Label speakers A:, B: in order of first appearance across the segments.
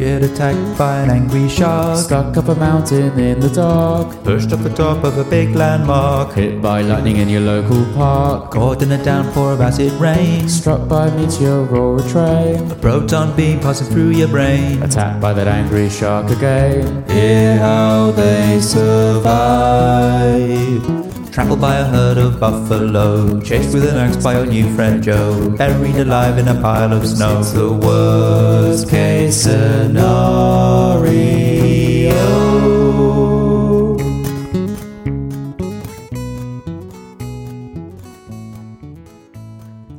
A: Get attacked by an angry shark.
B: Stuck up a mountain in the dark.
A: Pushed off the top of a big landmark.
B: Hit by lightning in your local park.
A: Caught in a downpour of acid rain.
B: Struck by a meteor or a train.
A: A proton beam passing through your brain.
B: Attacked by that angry shark again.
A: Hear how they survive. Trampled by a herd of buffalo. Chased with an axe by your new friend Joe. Buried alive in a pile of snow. It's the worst case scenario.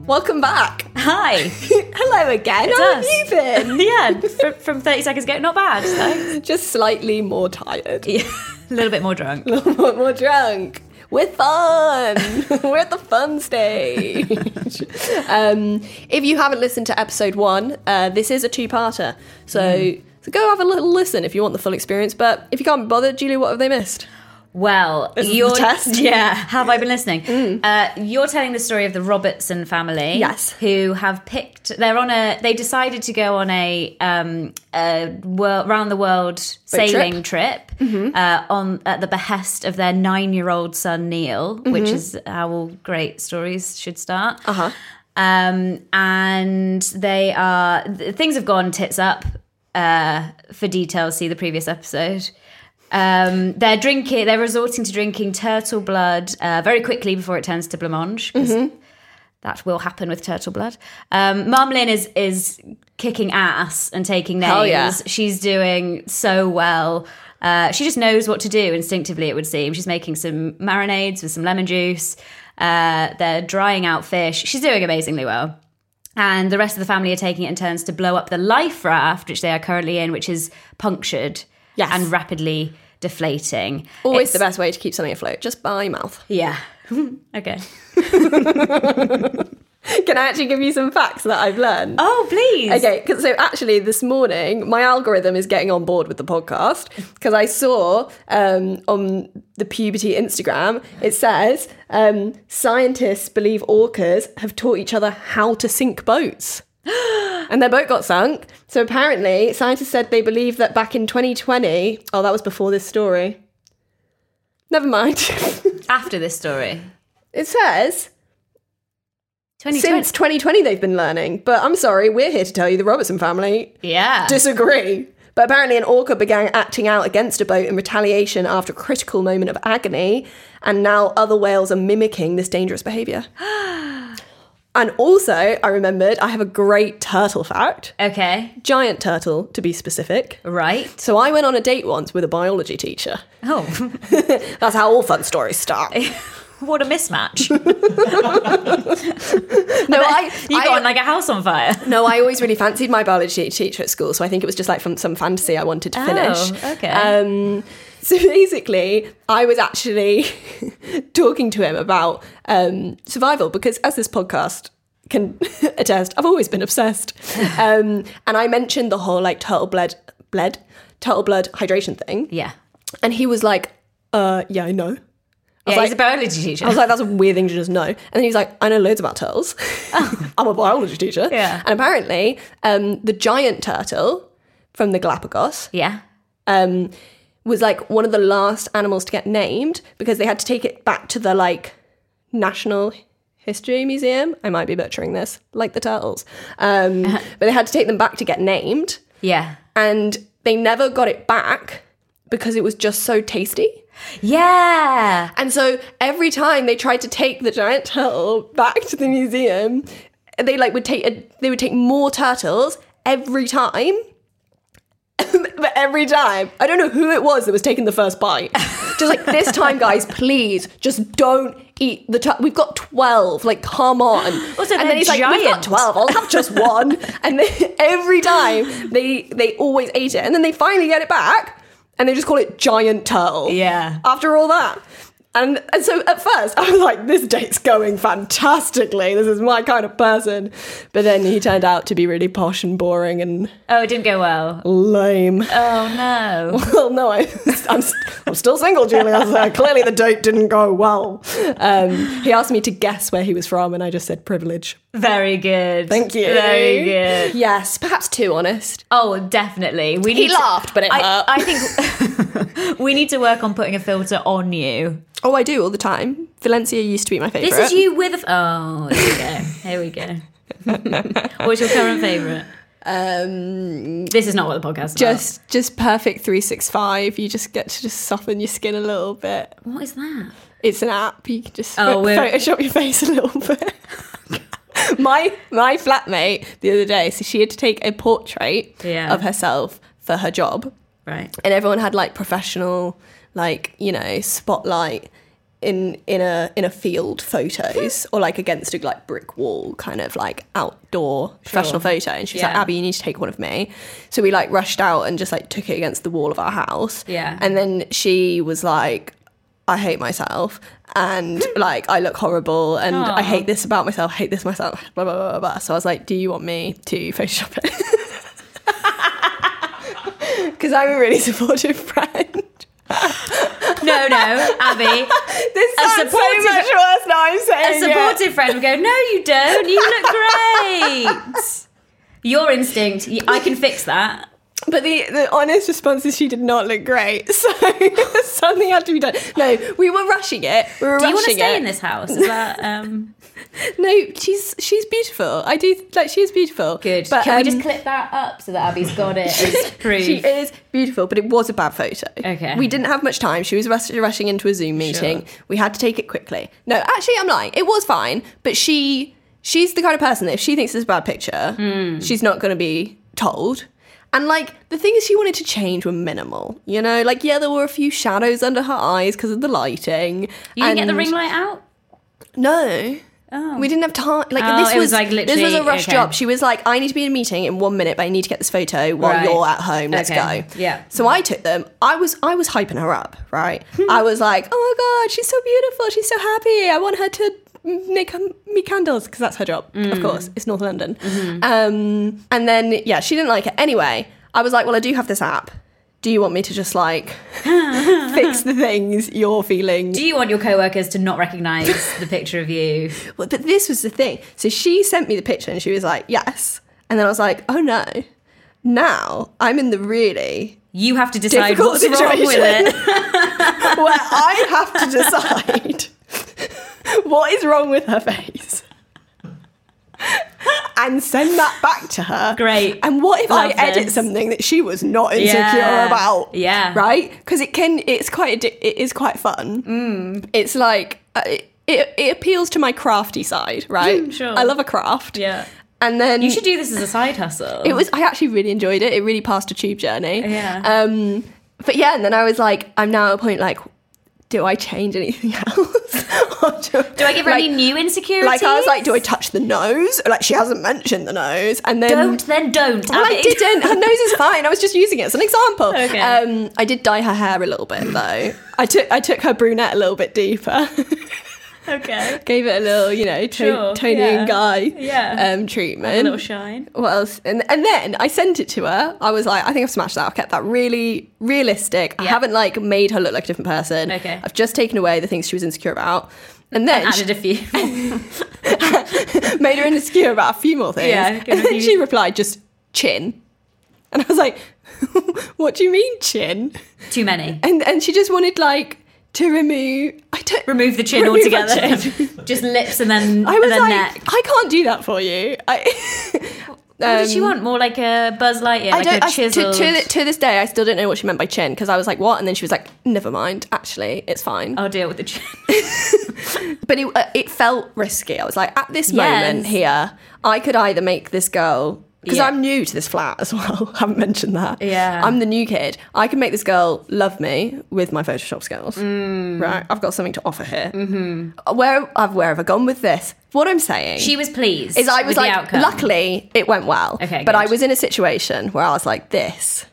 C: Welcome back.
D: Hi.
C: Hello again.
D: It's
C: How
D: us.
C: have you been?
D: yeah, from, from 30 seconds ago, not bad. Thanks.
C: Just slightly more tired, a
D: A little bit more drunk.
C: little bit more drunk. We're fun. We're at the fun stage. um, if you haven't listened to episode one, uh, this is a two-parter, so
D: Mm.
C: so go have a little listen if you want the full experience. But if you can't be bothered, Julie, what have they missed?
D: Well,
C: This is the
D: you're
C: test.
D: yeah. Have I been listening? Uh, you're telling the story of the Robertson family,
C: Yes.
D: who have picked. They're on a. They decided to go on a um a world round the world
C: Boat
D: sailing trip, uh, on at the behest of their nine year old son Neil, which is how all great stories should start. Uh huh. Um, and they are th- things have gone tits up. Uh, for details, see the previous episode. Um, they're drinking. They're resorting to drinking turtle blood uh, very quickly before it turns to blancmange. 'cause
C: Mm-hmm.
D: That will happen with turtle blood. Um, Mum Lynn is is kicking ass and taking
C: Hell
D: names.
C: yeah.
D: She's doing so well. Uh, she just knows what to do instinctively. It would seem she's making some marinades with some lemon juice. Uh, they're drying out fish. She's doing amazingly well. And the rest of the family are taking it in turns to blow up the life raft, which they are currently in, which is punctured
C: Yes.
D: and rapidly deflating.
C: Always
D: It's-
C: the best way to keep something afloat, just by mouth.
D: Yeah. okay.
C: Can I actually give you some facts that I've learned?
D: Oh, please.
C: Okay, 'cause- so actually, this morning my algorithm is getting on board with the podcast because I saw um, on the puberty Instagram it says um, scientists believe orcas have taught each other how to sink boats, and their boat got sunk. So apparently, scientists said they believe that back in 2020. Oh, that was before this story. Never mind.
D: After this story.
C: it says
D: 2020.
C: since 2020 they've been learning, but I'm sorry, we're here to tell you the Robertson family
D: yeah.
C: disagree. But apparently, an orca began acting out against a boat in retaliation after a critical moment of agony, and now other whales are mimicking this dangerous behaviour. and also, I remembered I have a great turtle fact
D: okay.
C: giant turtle, to be specific.
D: Right.
C: So, I went on a date once with a biology teacher.
D: Oh,
C: That's how all fun stories start.
D: what a mismatch.
C: No, I,
D: you
C: I-
D: got on like a house on fire.
C: No, I always really fancied my biology teacher at school, so I think it was just like from some fantasy I wanted to finish.
D: Oh, okay.
C: Um, so basically, I was actually talking to him about um, survival because, as this podcast can attest, I've always been obsessed. Um, and I mentioned the whole like turtle blood, bled, turtle blood hydration thing,
D: Yeah.
C: and he was like, "Uh, yeah, I know."
D: Yeah,
C: like-
D: he's a biology teacher.
C: I was like, that's a weird thing to just know. And then he was like, I know loads about turtles. I'm a biology teacher.
D: Yeah.
C: And apparently, um, the giant turtle from the Galapagos
D: yeah.
C: um, was like one of the last animals to get named because they had to take it back to the like national History Museum. I might be butchering this, like the turtles. Um, but they had to take them back to get named,
D: Yeah.
C: and they never got it back because it was just so tasty.
D: Yeah.
C: And so every time they tried to take the giant turtle back to the museum, they like would take a, they would take more turtles every time. but every time, I don't know who it was that was taking the first bite. Just like this time, guys, please just don't eat the turtle. We've got twelve. Like, come on.
D: Also,
C: and
D: they're
C: then he's like, we've got
D: giant."
C: twelve. I'll have just one. and then every time they they always ate it, and then they finally get it back, and they just call it giant turtle
D: Yeah.
C: after all that. And, and so at first I was like, this date's going fantastically. This is my kind of person. But then he turned out to be really posh and boring and
D: Oh, it didn't go well.
C: lame.
D: Oh no.
C: well, no, I, I'm, I'm still single, Julia. So clearly the date didn't go well. Um, he asked me to guess where he was from, and I just said privilege.
D: Very good.
C: Thank you.
D: Very good.
C: Yes, perhaps too honest.
D: Oh, definitely. We need to-
C: laughed, but it
D: I,
C: hurt.
D: I think we need to work on putting a filter on you.
C: Oh, I do all the time. Valencia used to be my favorite.
D: This is you with a. F- oh, here we go. Here we go. What's your current favorite?
C: Um,
D: This is not what the podcast is
C: just just perfect 365 you just get to just soften your skin a little bit
D: about. What is that?
C: it's an app you can just
D: Oh,
C: pho-
D: we're-
C: photoshop your face a little bit my my flatmate the other day so she had to take a portrait
D: Yeah.
C: of herself for her job
D: Right.
C: and everyone had like professional like you know spotlight in in a in a field photos or like against a like brick wall kind of like outdoor professional photo and she was like
D: Yeah.
C: abby you need to take one of me so we like rushed out and just like took it against the wall of our house
D: Yeah.
C: and then she was like i hate myself and like i look horrible and i hate this about myself hate this myself blah blah blah blah, blah. so i was like do you want me to photoshop it because I'm a really supportive friend.
D: No, no, Abby.
C: This
D: A sounds so supportive- much
C: worse now I'm
D: A
C: saying
D: supportive friend would go, No, you don't. You look great. Your instinct, y- I can fix that.
C: But the, the honest response is she did not look great, so something had to be done. No, we were rushing it. We were
D: Do
C: rushing
D: you want to stay
C: it.
D: in this house? Is that um,
C: No, she's she's beautiful. I do like she is beautiful.
D: good?
C: but
D: can we just
C: um,
D: clip that up so that Abby's got it as proof?
C: She is beautiful, but it was a bad photo.
D: Okay.
C: We didn't have much time. She was rush- rushing into a Zoom meeting. We had to take it quickly. No, actually, I'm lying. It was fine, but she she's the kind of person that if she thinks it's a bad picture,
D: Hmm.
C: she's not going to be told. And like the things she wanted to change were minimal, you know. Like yeah, there were a few shadows under her eyes because of the lighting.
D: You didn't get the
C: and-
D: ring light out?
C: No.
D: Oh.
C: We didn't have time. Like
D: Oh,
C: this
D: it
C: was,
D: was, like,
C: this was
D: literally-
C: a rush
D: okay.
C: job. She was like, "I need to be in a meeting in one minute, but I need to get this photo while
D: Right.
C: you're at home. Let's
D: Okay.
C: go."
D: Yeah.
C: So I took them. I was I was hyping her up, right?
D: Hmm.
C: I was like, "Oh my god, she's so beautiful. She's so happy. I want her to make um, me candles because that's her job,
D: Mm.
C: of course. It's North London."
D: Mm-hmm.
C: Um, and then yeah, she didn't like it. Anyway, I was like, "Well, I do have this app." Do you want me to just like fix the things you're feeling
D: Do you want your co-workers to not recognise the picture of you?
C: Well, but this was the thing. So she sent me the picture and she was like, yes. And then I was like, oh no. Now I'm in the really
D: You have to decide
C: Difficult
D: what's wrong with it.
C: where I have to decide what is wrong with her face and send that back to her.
D: Great.
C: And what if
D: Love
C: I edit
D: this.
C: something that she was not insecure
D: Yeah.
C: about?
D: Yeah.
C: Right? Because it can. It's quite. addic- It is quite fun.
D: Mm.
C: It's like. Uh, it, it, it appeals to my crafty side, right?
D: Mm, sure.
C: I love a craft.
D: Yeah.
C: And then
D: You should do this as a side hustle.
C: it was. I actually really enjoyed it. It really passed a tube journey.
D: Yeah.
C: Um. But yeah, and then I was like, I'm now at a point like, do I change anything else? Or do,
D: Do I give her
C: like,
D: any new insecurities?
C: Like I was like, do I touch the nose? Like she hasn't mentioned the nose, and then.
D: Don't then don't.
C: um, Well,
D: Abby.
C: I didn't. Her nose is fine. I was just using it as an example.
D: Okay.
C: Um, I did dye her hair a little bit though. I took I took her brunette a little bit deeper.
D: Okay.
C: Gave it a little, you know, to-
D: Sure,
C: Tony
D: yeah.
C: and Guy
D: Yeah.
C: um, treatment.
D: A little shine.
C: What else? And and then I sent it to her. I was like, I think I've smashed that. I've kept that really realistic. I
D: Yeah.
C: haven't like made her look like a different person.
D: Okay.
C: I've just taken away the things she was insecure about. And then
D: Added a few.
C: she made her insecure about a few more things.
D: Yeah, give
C: and
D: a
C: then
D: few-
C: she replied, just chin. And I was like, what do you mean chin?
D: Too many.
C: And and she just wanted like to remove. I don't
D: Remove the chin
C: Remove my
D: altogether. Just lips and then,
C: I was
D: and then
C: like,
D: neck.
C: I can't do that for you. I,
D: What did she want? More like a Buzz Lightyear,
C: um, I
D: like
C: don't.
D: a
C: I, to,
D: chisel.
C: to, th- to this day, I still didn't know what she meant by chin because I was like, "What?" And then she was like, "Never mind. Actually, it's fine."
D: I'll deal with the chin.
C: But it uh, it felt risky. I was like, at this
D: Yes.
C: moment here, I could either make this girl because
D: Yeah.
C: I'm new to this flat as well. haven't mentioned that.
D: Yeah.
C: I'm the new kid. I can make this girl love me with my Photoshop skills.
D: Mm.
C: Right, I've got something to offer here. Mm-hmm. Where I've where have I gone with this? What I'm saying.
D: She was pleased.
C: is I was
D: with the
C: like,
D: outcome.
C: luckily it went well.
D: Okay,
C: but I
D: good.
C: was in a situation where I was like, this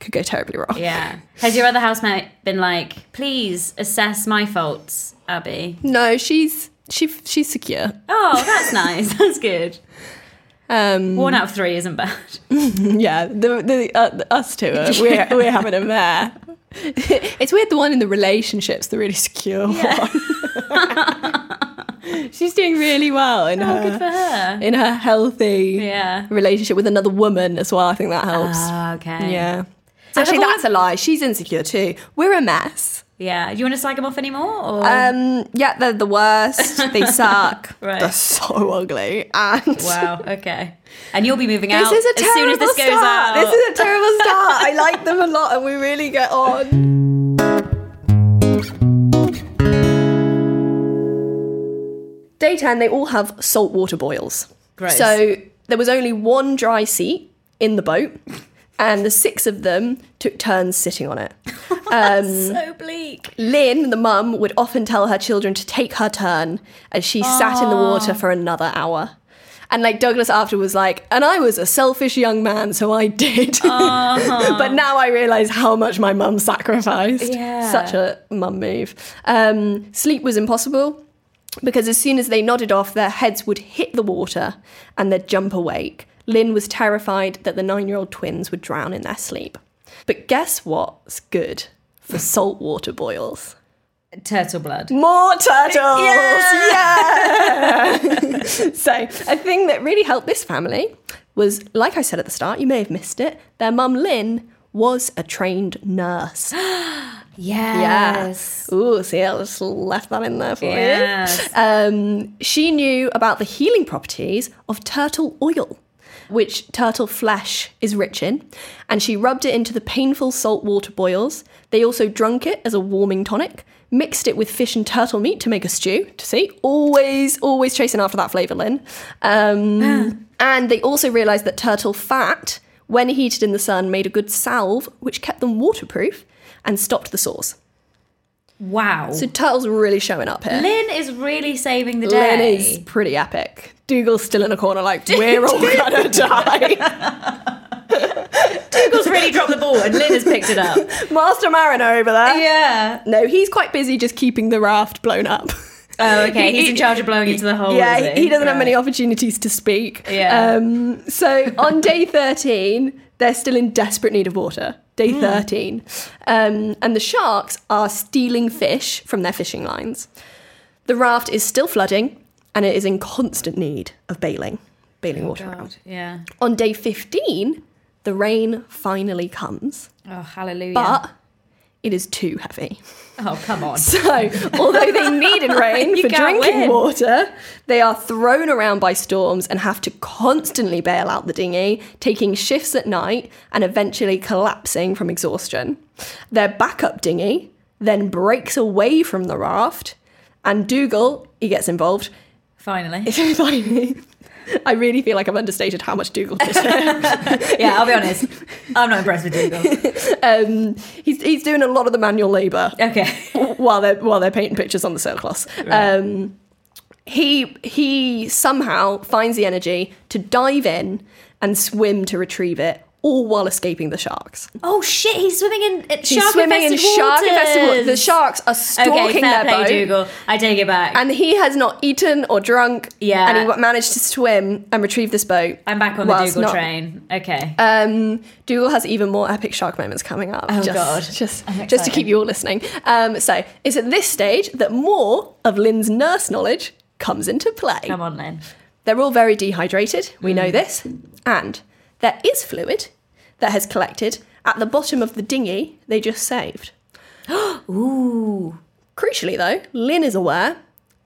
C: could go terribly wrong.
D: Yeah. Has your other housemate been like, please assess my faults, Abby?
C: No, she's she she's secure.
D: Oh, that's nice. That's good.
C: Um,
D: One out of three isn't bad.
C: yeah, the, the, uh, the- us two are we're, we're having a mare. it's weird. The one in the relationships, the really secure one. she's doing really well in her
D: Oh, Good for her.
C: in her healthy
D: Yeah.
C: relationship with another woman as well. I think that helps.
D: Ah, okay.
C: yeah. Actually,
D: all
C: that's a lie. She's insecure too. We're a mess.
D: Yeah. Do you want to slag them off anymore? Or?
C: Um, yeah, they're the worst. They suck.
D: Right.
C: They're so ugly. And
D: wow. Okay. And you'll be moving
C: this
D: out
C: is a
D: as soon
C: terrible
D: as this
C: start.
D: goes out.
C: This is a terrible start. I like them a lot, and we really get on. Day ten, they all have saltwater boils.
D: Gross.
C: So there was only one dry seat in the boat, and the six of them took turns sitting on it. Um,
D: so bleak.
C: Lynn, the mum, would often tell her children to take her turn as she sat in the water for another hour. And like Douglas after was like, and I was a selfish young man, so I did. but now I realise how much my mum sacrificed.
D: Yeah.
C: Such a mum move. Um, sleep was impossible because as soon as they nodded off, their heads would hit the water and they'd jump awake. Lynn was terrified that the nine year old twins would drown in their sleep. But guess what's good for saltwater boils?
D: Turtle blood.
C: More turtles! Yeah! so, a thing that really helped this family was, like I said at the start, you may have missed it, their mum Lynn was a trained nurse.
D: Yes.
C: Yeah. Ooh, see, I just left that in there for
D: Yes.
C: you. Um, she knew about the healing properties of turtle oil, which turtle flesh is rich in, and she rubbed it into the painful salt water boils. They also drunk it as a warming tonic, mixed it with fish and turtle meat to make a stew. To see, always, always chasing after that flavour, Lynn. Um, and they also realised that turtle fat. When heated in the sun, made a good salve which kept them waterproof and stopped the sores.
D: Wow.
C: So Turtle's really showing up here.
D: Lynn is really saving the day.
C: Lynn is pretty epic. Dougal's still in a corner like, we're all gonna die.
D: Google's really dropped the ball and Lynn has picked it up.
C: Master Mariner over there.
D: Yeah.
C: No, he's quite busy just keeping the raft blown up.
D: Oh, okay. He's in charge of blowing into the hole. Oh, is
C: yeah, he, he doesn't have
D: Right.
C: many opportunities to speak.
D: Yeah.
C: Um, so on day 13, they're still in desperate need of water. Day
D: Hmm.
C: 13. Um, and the sharks are stealing fish from their fishing lines. The raft is still flooding and it is in constant need of bailing, bailing
D: Oh,
C: water out.
D: Yeah.
C: On day 15, the rain finally comes,
D: Oh, hallelujah.
C: but it is too heavy.
D: oh, come on.
C: So, although they needed rain
D: You
C: for
D: can't
C: drinking
D: win.
C: water, they are thrown around by storms and have to constantly bail out the dinghy, taking shifts at night and eventually collapsing from exhaustion. Their backup dinghy then breaks away from the raft, and Dougal, he gets involved,
D: Finally.
C: Finally, I really feel like I've understated how much Dougal did.
D: Yeah, I'll be honest. I'm not impressed with Google.
C: Um, he's, he's doing a lot of the manual labour
D: Okay.
C: while they're while they're painting pictures on the surplus. Um, he he somehow finds the energy to dive in and swim to retrieve it, all while escaping the sharks.
D: Oh shit, he's swimming in uh,
C: He's
D: shark
C: swimming in
D: infested
C: shark infested water.
D: waters.
C: The sharks are stalking
D: Okay, fair
C: their
D: play,
C: boat.
D: Dougal. I take it back.
C: And he has not eaten or drunk.
D: Yeah.
C: And he wa- managed to swim and retrieve this boat.
D: I'm back on the
C: whilst
D: Dougal
C: not-
D: train. Okay.
C: Um, Dougal has even more epic shark moments coming up.
D: Oh,
C: just,
D: God.
C: Just,
D: I'm
C: just to
D: excited.
C: keep you all listening. Um, so it's at this stage that more of Lynn's nurse knowledge comes into play.
D: Come on, Mm. Lynn.
C: They're all very dehydrated. We know this, and there is fluid that has collected at the bottom of the dinghy they just saved.
D: Ooh.
C: Crucially, though, Lynn is aware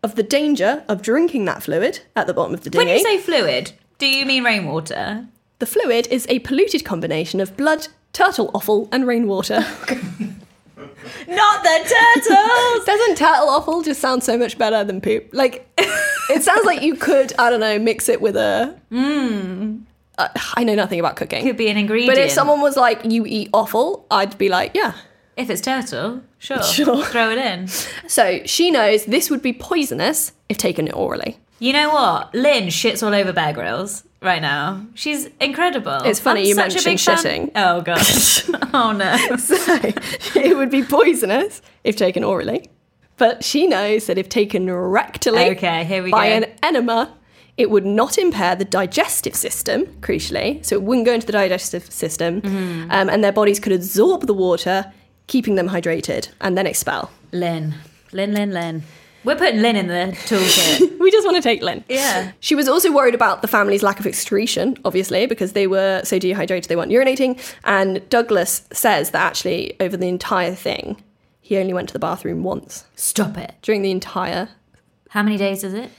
C: of the danger of drinking that fluid at the bottom of the dinghy.
D: When you say fluid, do you mean rainwater?
C: the fluid is a polluted combination of blood, turtle offal, and rainwater.
D: Not the turtles!
C: Doesn't turtle offal just sound so much better than poop? Like, it sounds like you could, I don't know, mix it with a. Uh, I know nothing about cooking.
D: Hmm. Could be an ingredient.
C: But if someone was like, you eat offal, I'd be like, yeah.
D: if it's turtle, sure,
C: Sure.
D: throw it in.
C: So she knows this would be poisonous if taken orally.
D: You know what? Lynn shits all over Bear Grylls right now. She's incredible.
C: It's funny
D: I'm
C: you
D: such a big
C: mentioned shitting.
D: fan- Oh gosh. oh no.
C: So it would be poisonous if taken orally. But she knows that if taken rectally
D: Okay, here we
C: by
D: go.
C: an enema, it would not impair the digestive system, crucially. So it wouldn't go into the digestive system.
D: Mm-hmm.
C: Um, and their bodies could absorb the water, keeping them hydrated, and then expel.
D: Lynn. Lynn, Lynn, Lynn. We're putting Lynn in the toolkit.
C: We just want to take Lynn.
D: Yeah.
C: She was also worried about the family's lack of excretion, obviously, because they were so dehydrated they weren't urinating. And Douglas says that actually, over the entire thing, he only went to the bathroom once
D: Stop it.
C: during the entire
D: How many days is it?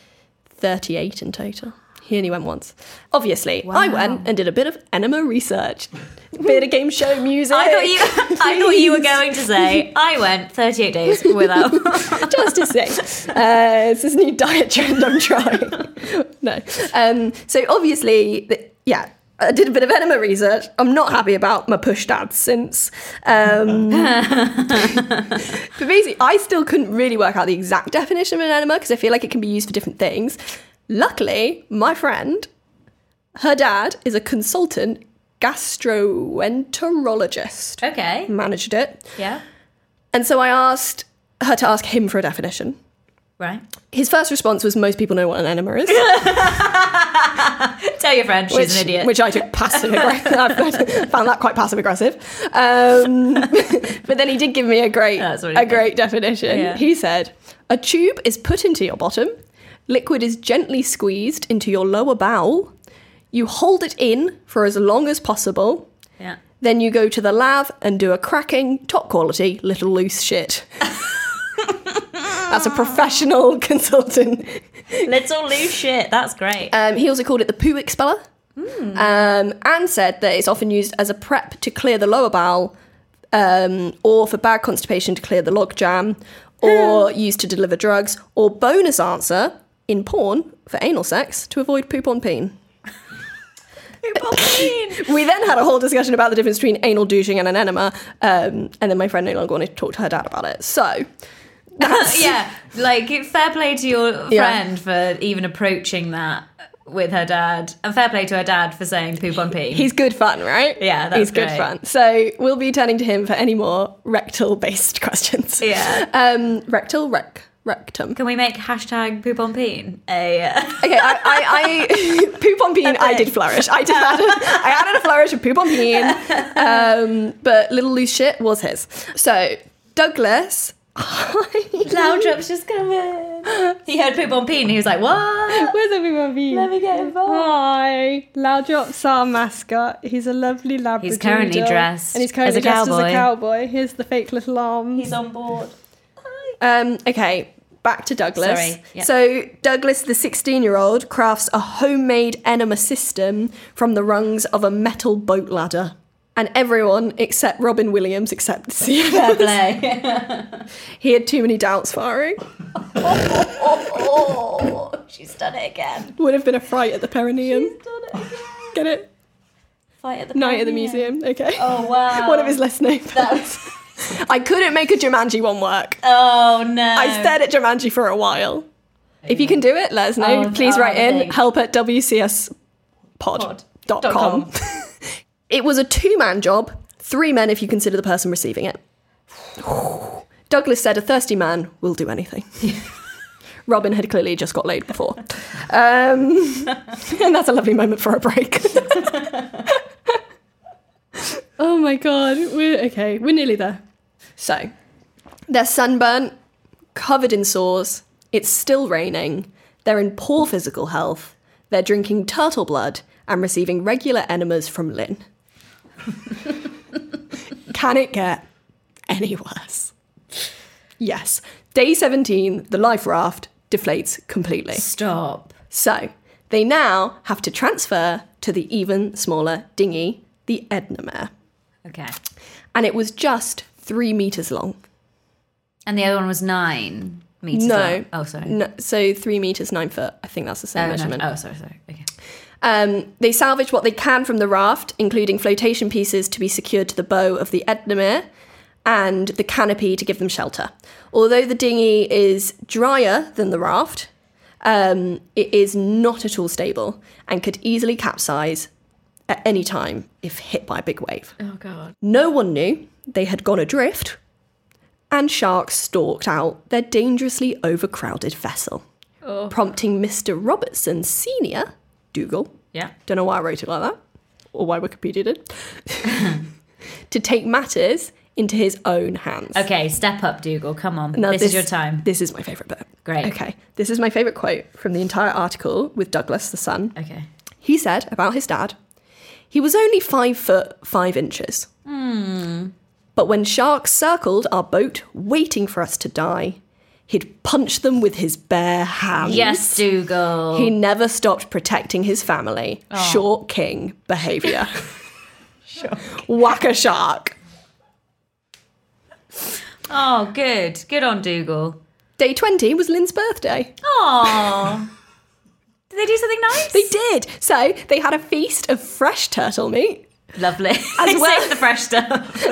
C: 38 in total. He only went once. Obviously, I went and did a bit of enema research, bit of game show music.
D: I thought you I thought you were going to say I went 38 days without
C: just to say, uh, it's this new diet trend I'm trying. no. Um, so obviously, the, yeah, I did a bit of enema research. I'm not happy about my push dads since. Um, but basically, I still couldn't really work out the exact definition of an enema because I feel like it can be used for different things. Luckily, my friend, her dad is a consultant gastroenterologist.
D: Okay.
C: Managed it.
D: Yeah.
C: And so I asked her to ask him for a definition.
D: Right.
C: His first response was, "Most people know what an enema is,"
D: Tell your friend she's
C: which,
D: an idiot.
C: which I took passive aggressive. I found that quite passive aggressive. Um, but then he did give me a great,
D: That's
C: a
D: really good.
C: great definition.
D: Yeah.
C: He said, "A tube is put into your bottom. Liquid is gently squeezed into your lower bowel. You hold it in for as long as possible."
D: yeah.
C: Then you go to the lab and do a cracking, top quality, little loose shit. That's a professional consultant
D: Little loose shit. That's great.
C: Um, he also called it the poo expeller
D: Hmm.
C: um, and said that it's often used as a prep to clear the lower bowel um, or for bad constipation to clear the log jam
D: Hmm.
C: or used to deliver drugs or bonus answer in porn for anal sex to avoid poop on peen. We then had a whole discussion about the difference between anal douching and an enema um, and then my friend no longer wanted to talk to her dad about it. So
D: yeah, like fair play to your
C: Yeah.
D: friend for even approaching that with her dad, and fair play to her dad for saying poop on pee.
C: he's good fun, right?
D: Yeah, that's
C: He's good
D: great.
C: fun. So we'll be turning to him for any more rectal based questions.
D: yeah.
C: Um, rectal, rec, rectum.
D: Can we make hashtag poop on peen a uh,
C: Okay, I, I, I poop on bean. I did flourish. I did add. A, I added a flourish of poop on bean. Um, but little loose shit was his. So Douglas.
D: Loudrop's just coming? He heard poop on peen. And he was like, "What?
C: Where's everyone bean?
D: Let me get involved."
C: Hi, Loudrop's our mascot. He's a lovely Labrador.
D: He's currently dressed
E: and he's currently
D: as a
E: dressed
D: cowboy.
E: as a cowboy. Here's the fake little arms.
D: He's on board.
C: Um, okay, back to Douglas.
D: Sorry, yeah.
C: So Douglas, the 16-year-old, crafts a homemade enema system from the rungs of a metal boat ladder. And everyone except Robin Williams accepts the
D: Fair play.
C: He had too many doubts firing.
D: oh, she's done it again.
C: Would have been a fright at the Perineum.
D: Done it again.
C: Get it?
D: Fight at the
C: Night at the
D: Pioneer.
C: museum. Okay.
D: Oh wow.
C: One of his less known. films. I couldn't make a Jumanji one work.
D: Oh no.
C: I stared at Jumanji for a while. If you can do it, let us know.
D: Oh,
C: Please
D: oh,
C: write in
D: thanks.
C: help at wcspod.com.
D: com.
C: it was a two man job, three men if you consider the person receiving it. Douglas said, A thirsty man will do anything. Robin had clearly just got laid before. Um, and that's a lovely moment for a break.
E: Oh my god, we're okay. We're nearly there.
C: So they're sunburnt, covered in sores, it's still raining, they're in poor physical health, they're drinking turtle blood and receiving regular enemas from Lynn. Can it get any worse? Yes. Day 17, the life raft deflates completely.
D: Stop.
C: So they now have to transfer to the even smaller dinghy, the Edna Mare.
D: Okay.
C: And it was just three meters long.
D: And the other one was nine meters.
C: no.
D: long. Oh, sorry.
C: No, so three meters, nine foot. I think that's the same
D: Oh, no.
C: measurement.
D: Oh, sorry, sorry. Okay.
C: Um, they salvage what they can from the raft, including flotation pieces to be secured to the bow of the Ednamere and the canopy to give them shelter. Although the dinghy is drier than the raft, um, it is not at all stable and could easily capsize at any time if hit by a big wave.
E: Oh god.
C: No one knew they had gone adrift, and sharks stalked out their dangerously overcrowded vessel,
E: Oh.
C: prompting Mr. Robertson Sr., Dougal,
D: Yeah.
C: don't know why I wrote it like that, or why Wikipedia did, to take matters into his own hands.
D: Okay, step up, Dougal. Come on.
C: Now
D: this, is your time.
C: This is my favourite bit.
D: Great.
C: Okay. This is my favourite quote from the entire article with Douglas, the son.
D: Okay.
C: He said about his dad, he was only five foot five inches.
D: Hmm.
C: But when sharks circled our boat, waiting for us to die, he'd punch them with his bare hands.
D: Yes, Dougal.
C: He never stopped protecting his family. Short king behavior. Whack a shark.
D: Oh, good. Good on Dougal.
C: Day 20 was Lynn's birthday.
D: Oh. Did they do something nice?
C: They did. So they had a feast of fresh turtle meat.
D: Lovely. As well as the fresh stuff.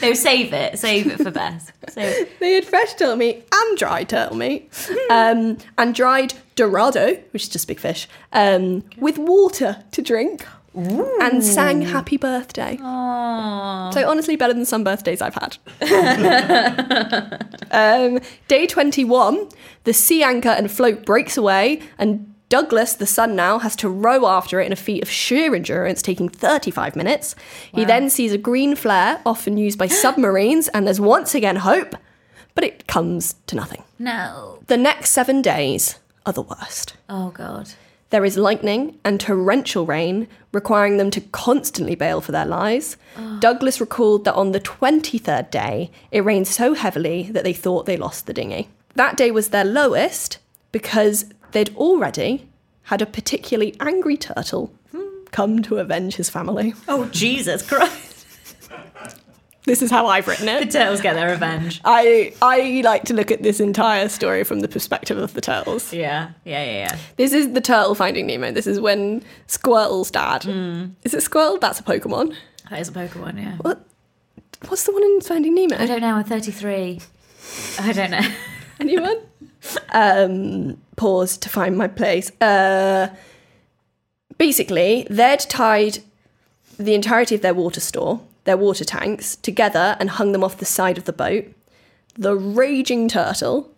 D: no, save it. Save it for best. Save it.
C: They had fresh turtle meat and dried turtle meat, um, and dried dorado, which is just big fish, um, with water to drink, and sang happy birthday. So honestly, better than some birthdays I've had. um, day twenty-one, the sea anchor and float breaks away, and Douglas, the son now, has to row after it in a feat of sheer endurance, taking 35 minutes. He then sees a green flare, often used by submarines, and there's once again hope, but it comes to nothing.
D: No.
C: The next seven days are the worst.
D: Oh, God.
C: There is lightning and torrential rain, requiring them to constantly bail for their lives. Douglas recalled that on the 23rd day, it rained so heavily that they thought they lost the dinghy. That day was their lowest because they'd already had a particularly angry turtle come to avenge his family.
D: Oh, Jesus Christ.
C: This is how I've written
D: The
C: it.
D: turtles get their revenge.
C: I, I like to look at this entire story from the perspective of the turtles.
D: Yeah. Yeah, yeah, yeah.
C: This is the turtle finding Nemo. This is when Squirtle's dad. Is it Squirtle? That's a Pokemon.
D: That is a Pokemon, yeah.
C: What's the one in Finding
D: I
C: Nemo?
D: don't know. I'm 33. I don't know.
C: Anyone? um, pause to find my place. Uh, basically, they'd tied the entirety of their water store, their water tanks, together and hung them off the side of the boat. The raging turtle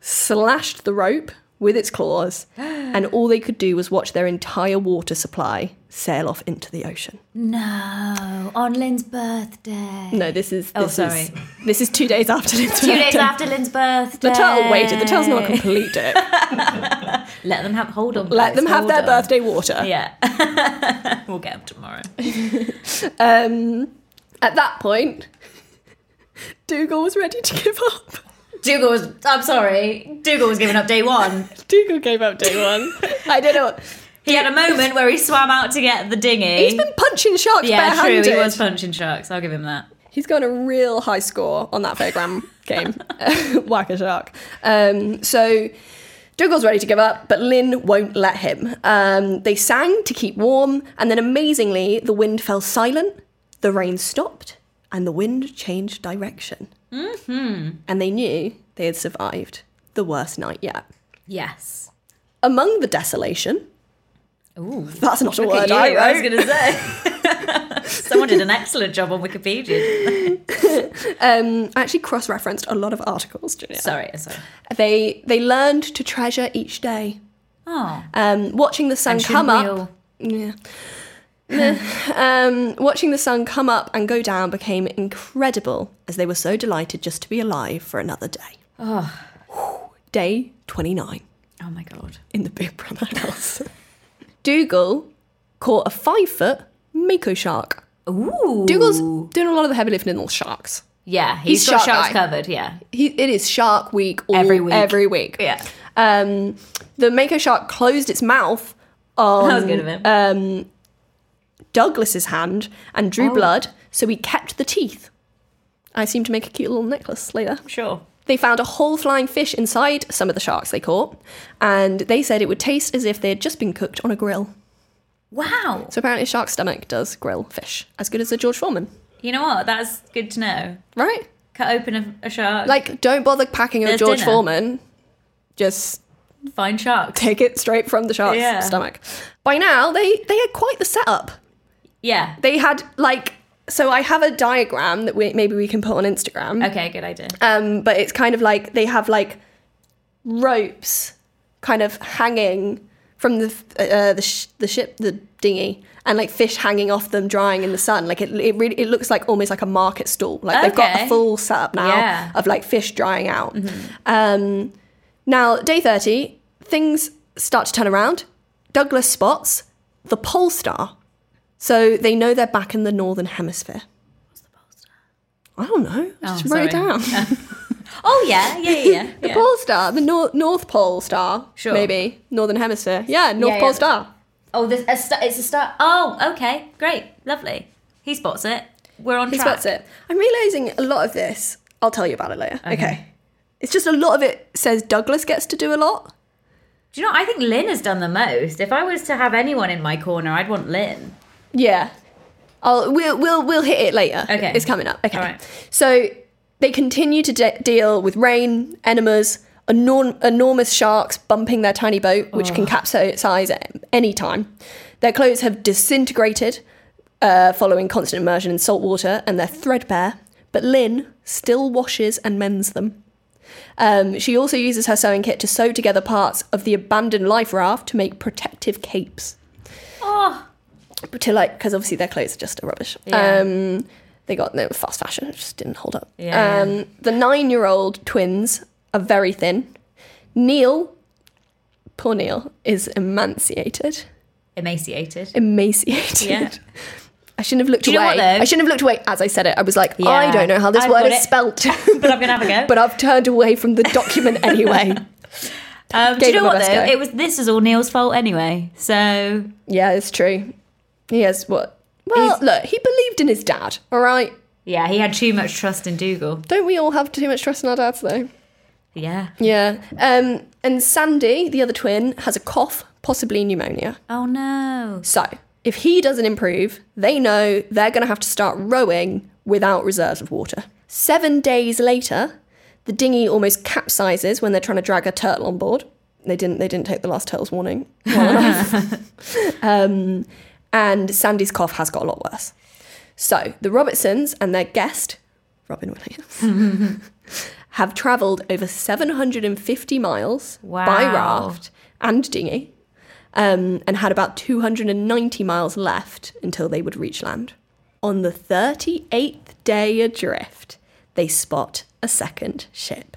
C: slashed the rope with its claws, and all they could do was watch their entire water supply sail off into the ocean.
D: No. Oh, On Lynn's birthday.
C: No, this is
D: Oh,
C: this
D: sorry.
C: is this is two days after Lynn's
D: Two days
C: birthday.
D: after Lynn's birthday.
C: The turtle waited. The turtle's not a complete dick.
D: Let them have hold on.
C: Let
D: guys,
C: them have
D: hold
C: their
D: on.
C: birthday water.
D: Yeah. we'll get them tomorrow.
C: Um, at that point, Dougal was ready to give up.
D: Dougal was. I'm sorry. Dougal was giving up day one.
C: Dougal gave up day one. I don't know.
D: He had a moment where he swam out to get the dinghy.
C: He's been punching sharks
D: Eh? yeah, true.
C: barehanded.
D: He was punching sharks. I'll give him that.
C: He's got a real high score on that fairground game. Whack a shark. Um, so Dougal's ready to give up, but Lynn won't let him. Um, they sang to keep warm, and then amazingly, the wind fell silent, the rain stopped, and the wind changed direction. Mm-hmm. And they knew they had survived the worst night yet.
D: Yes.
C: Among the desolation,
D: Ooh.
C: that's not a word
D: You,
C: I wrote.
D: I was going to say. Someone did an excellent job on Wikipedia.
C: I actually cross-referenced a lot of articles, Julia.
D: Sorry, sorry.
C: They they learned to treasure each day.
D: Oh,
C: Um, watching the sun
D: And
C: come
D: shouldn't we
C: up.
D: all-
C: Yeah. Meh. um, watching the sun come up and go down became incredible as they were so delighted just to be alive for another day. Oh.
D: Ah.
C: Day 29
D: oh my god.
C: in the Big Brother house. Dougal caught a five foot Mako shark.
D: Ooh.
C: Dougal's doing a lot of the heavy lifting on sharks.
D: Yeah,
C: He's
D: he's
C: shark
D: got
C: guy.
D: sharks covered. Yeah,
C: He, it is Shark Week all,
D: Every week.
C: Every week.
D: yeah.
C: Um, the Mako shark closed its mouth on
D: That was good of him.
C: Um, Douglas's hand and drew blood, so he kept the teeth. I seem to make a cute little necklace later.
D: Sure.
C: They found a whole flying fish inside some of the sharks they caught, and they said it would taste as if they had just been cooked on a grill.
D: Wow.
C: So apparently, a shark's stomach does grill fish as good as a George Foreman,
D: You know what? That's good to know.
C: right?
D: Cut open a, a shark.
C: Like, don't bother packing a
D: There's
C: George
D: dinner.
C: Foreman. Just
D: find sharks.
C: take it straight from the shark's
D: Yeah.
C: stomach. By now, they they had quite the setup.
D: Yeah.
C: They had like so. I have a diagram that we, maybe we can put on Instagram.
D: Okay. Good idea.
C: Um, but it's kind of like they have like ropes kind of hanging from the f- uh, the, sh- the ship, the dinghy, and like fish hanging off them, drying in the sun. Like it, it really it looks like almost like a market stall. Like they've got a
D: Okay.
C: full setup now
D: Yeah. Mm-hmm.
C: of like fish drying out. Um, now day thirty, things start to turn around. Douglas spots the pole star, so they know they're back in the northern hemisphere. What's the pole star? I don't know. I
D: Oh,
C: just wrote it
D: sorry.
C: down.
D: Oh yeah. Yeah. Yeah. yeah.
C: The pole star, the nor- North Pole star,
D: Sure.
C: maybe northern hemisphere. Yeah, North
D: Yeah,
C: Pole
D: yeah.
C: star.
D: Oh, this a sta- it's a star. Oh, okay, great, lovely. He spots it. We're on
C: He
D: track.
C: spots it. I'm realizing a lot of this. I'll tell you about it later. Okay. It's just a lot of it says Douglas gets to do a lot.
D: Do you know? I think Lynn has done the most. If I was to have anyone in my corner, I'd want Lynn.
C: Yeah. I'll we'll we'll we'll hit it later.
D: Okay.
C: It's coming up. Okay.
D: All right.
C: So they continue to de- deal with rain, enemas, enorm- enormous sharks bumping their tiny boat, which can capsize at any time. Their clothes have disintegrated uh, following constant immersion in salt water, and they're threadbare. But Lynn still washes and mends them. Um, she also uses her sewing kit to sew together parts of the abandoned life raft to make protective capes
D: Oh,
C: to like because obviously their clothes are just rubbish.
D: Yeah.
C: Um, they got no fast fashion; it just didn't hold up.
D: Yeah.
C: Um, the nine-year-old twins are very thin. Neil, poor Neil, is emaciated.
D: emaciated.
C: Emaciated.
D: Yeah.
C: I shouldn't have looked
D: you know
C: away.
D: what, though?
C: I shouldn't have looked away as I said it. I was like, I
D: Yeah.
C: don't know how this
D: I've
C: word
D: got
C: is
D: it.
C: spelt,
D: but I'm gonna have a go.
C: but I've turned away from the document anyway.
D: um, do
C: gave
D: you
C: him
D: know
C: a
D: what though?
C: best go.
D: It was this is all Neil's fault anyway. So
C: yeah, it's true. He has what? Well, look, he believed in his dad. All right.
D: yeah, he had too much trust in Dougal.
C: Don't we all have too much trust in our dads though?
D: Yeah.
C: Yeah. Um, and Sandy, the other twin, has a cough, possibly pneumonia.
D: Oh no.
C: So if he doesn't improve, they know they're going to have to start rowing without reserves of water. Seven days later, the dinghy almost capsizes when they're trying to drag a turtle on board. They didn't. They didn't take the last turtle's warning. well enough. um, and Sandy's cough has got a lot worse. So the Robertsons and their guest, Robin Williams, have travelled over 750 miles by
D: Wow.
C: raft and dinghy um, and had about 290 miles left until they would reach land. On the 38th day adrift, they spot a second ship.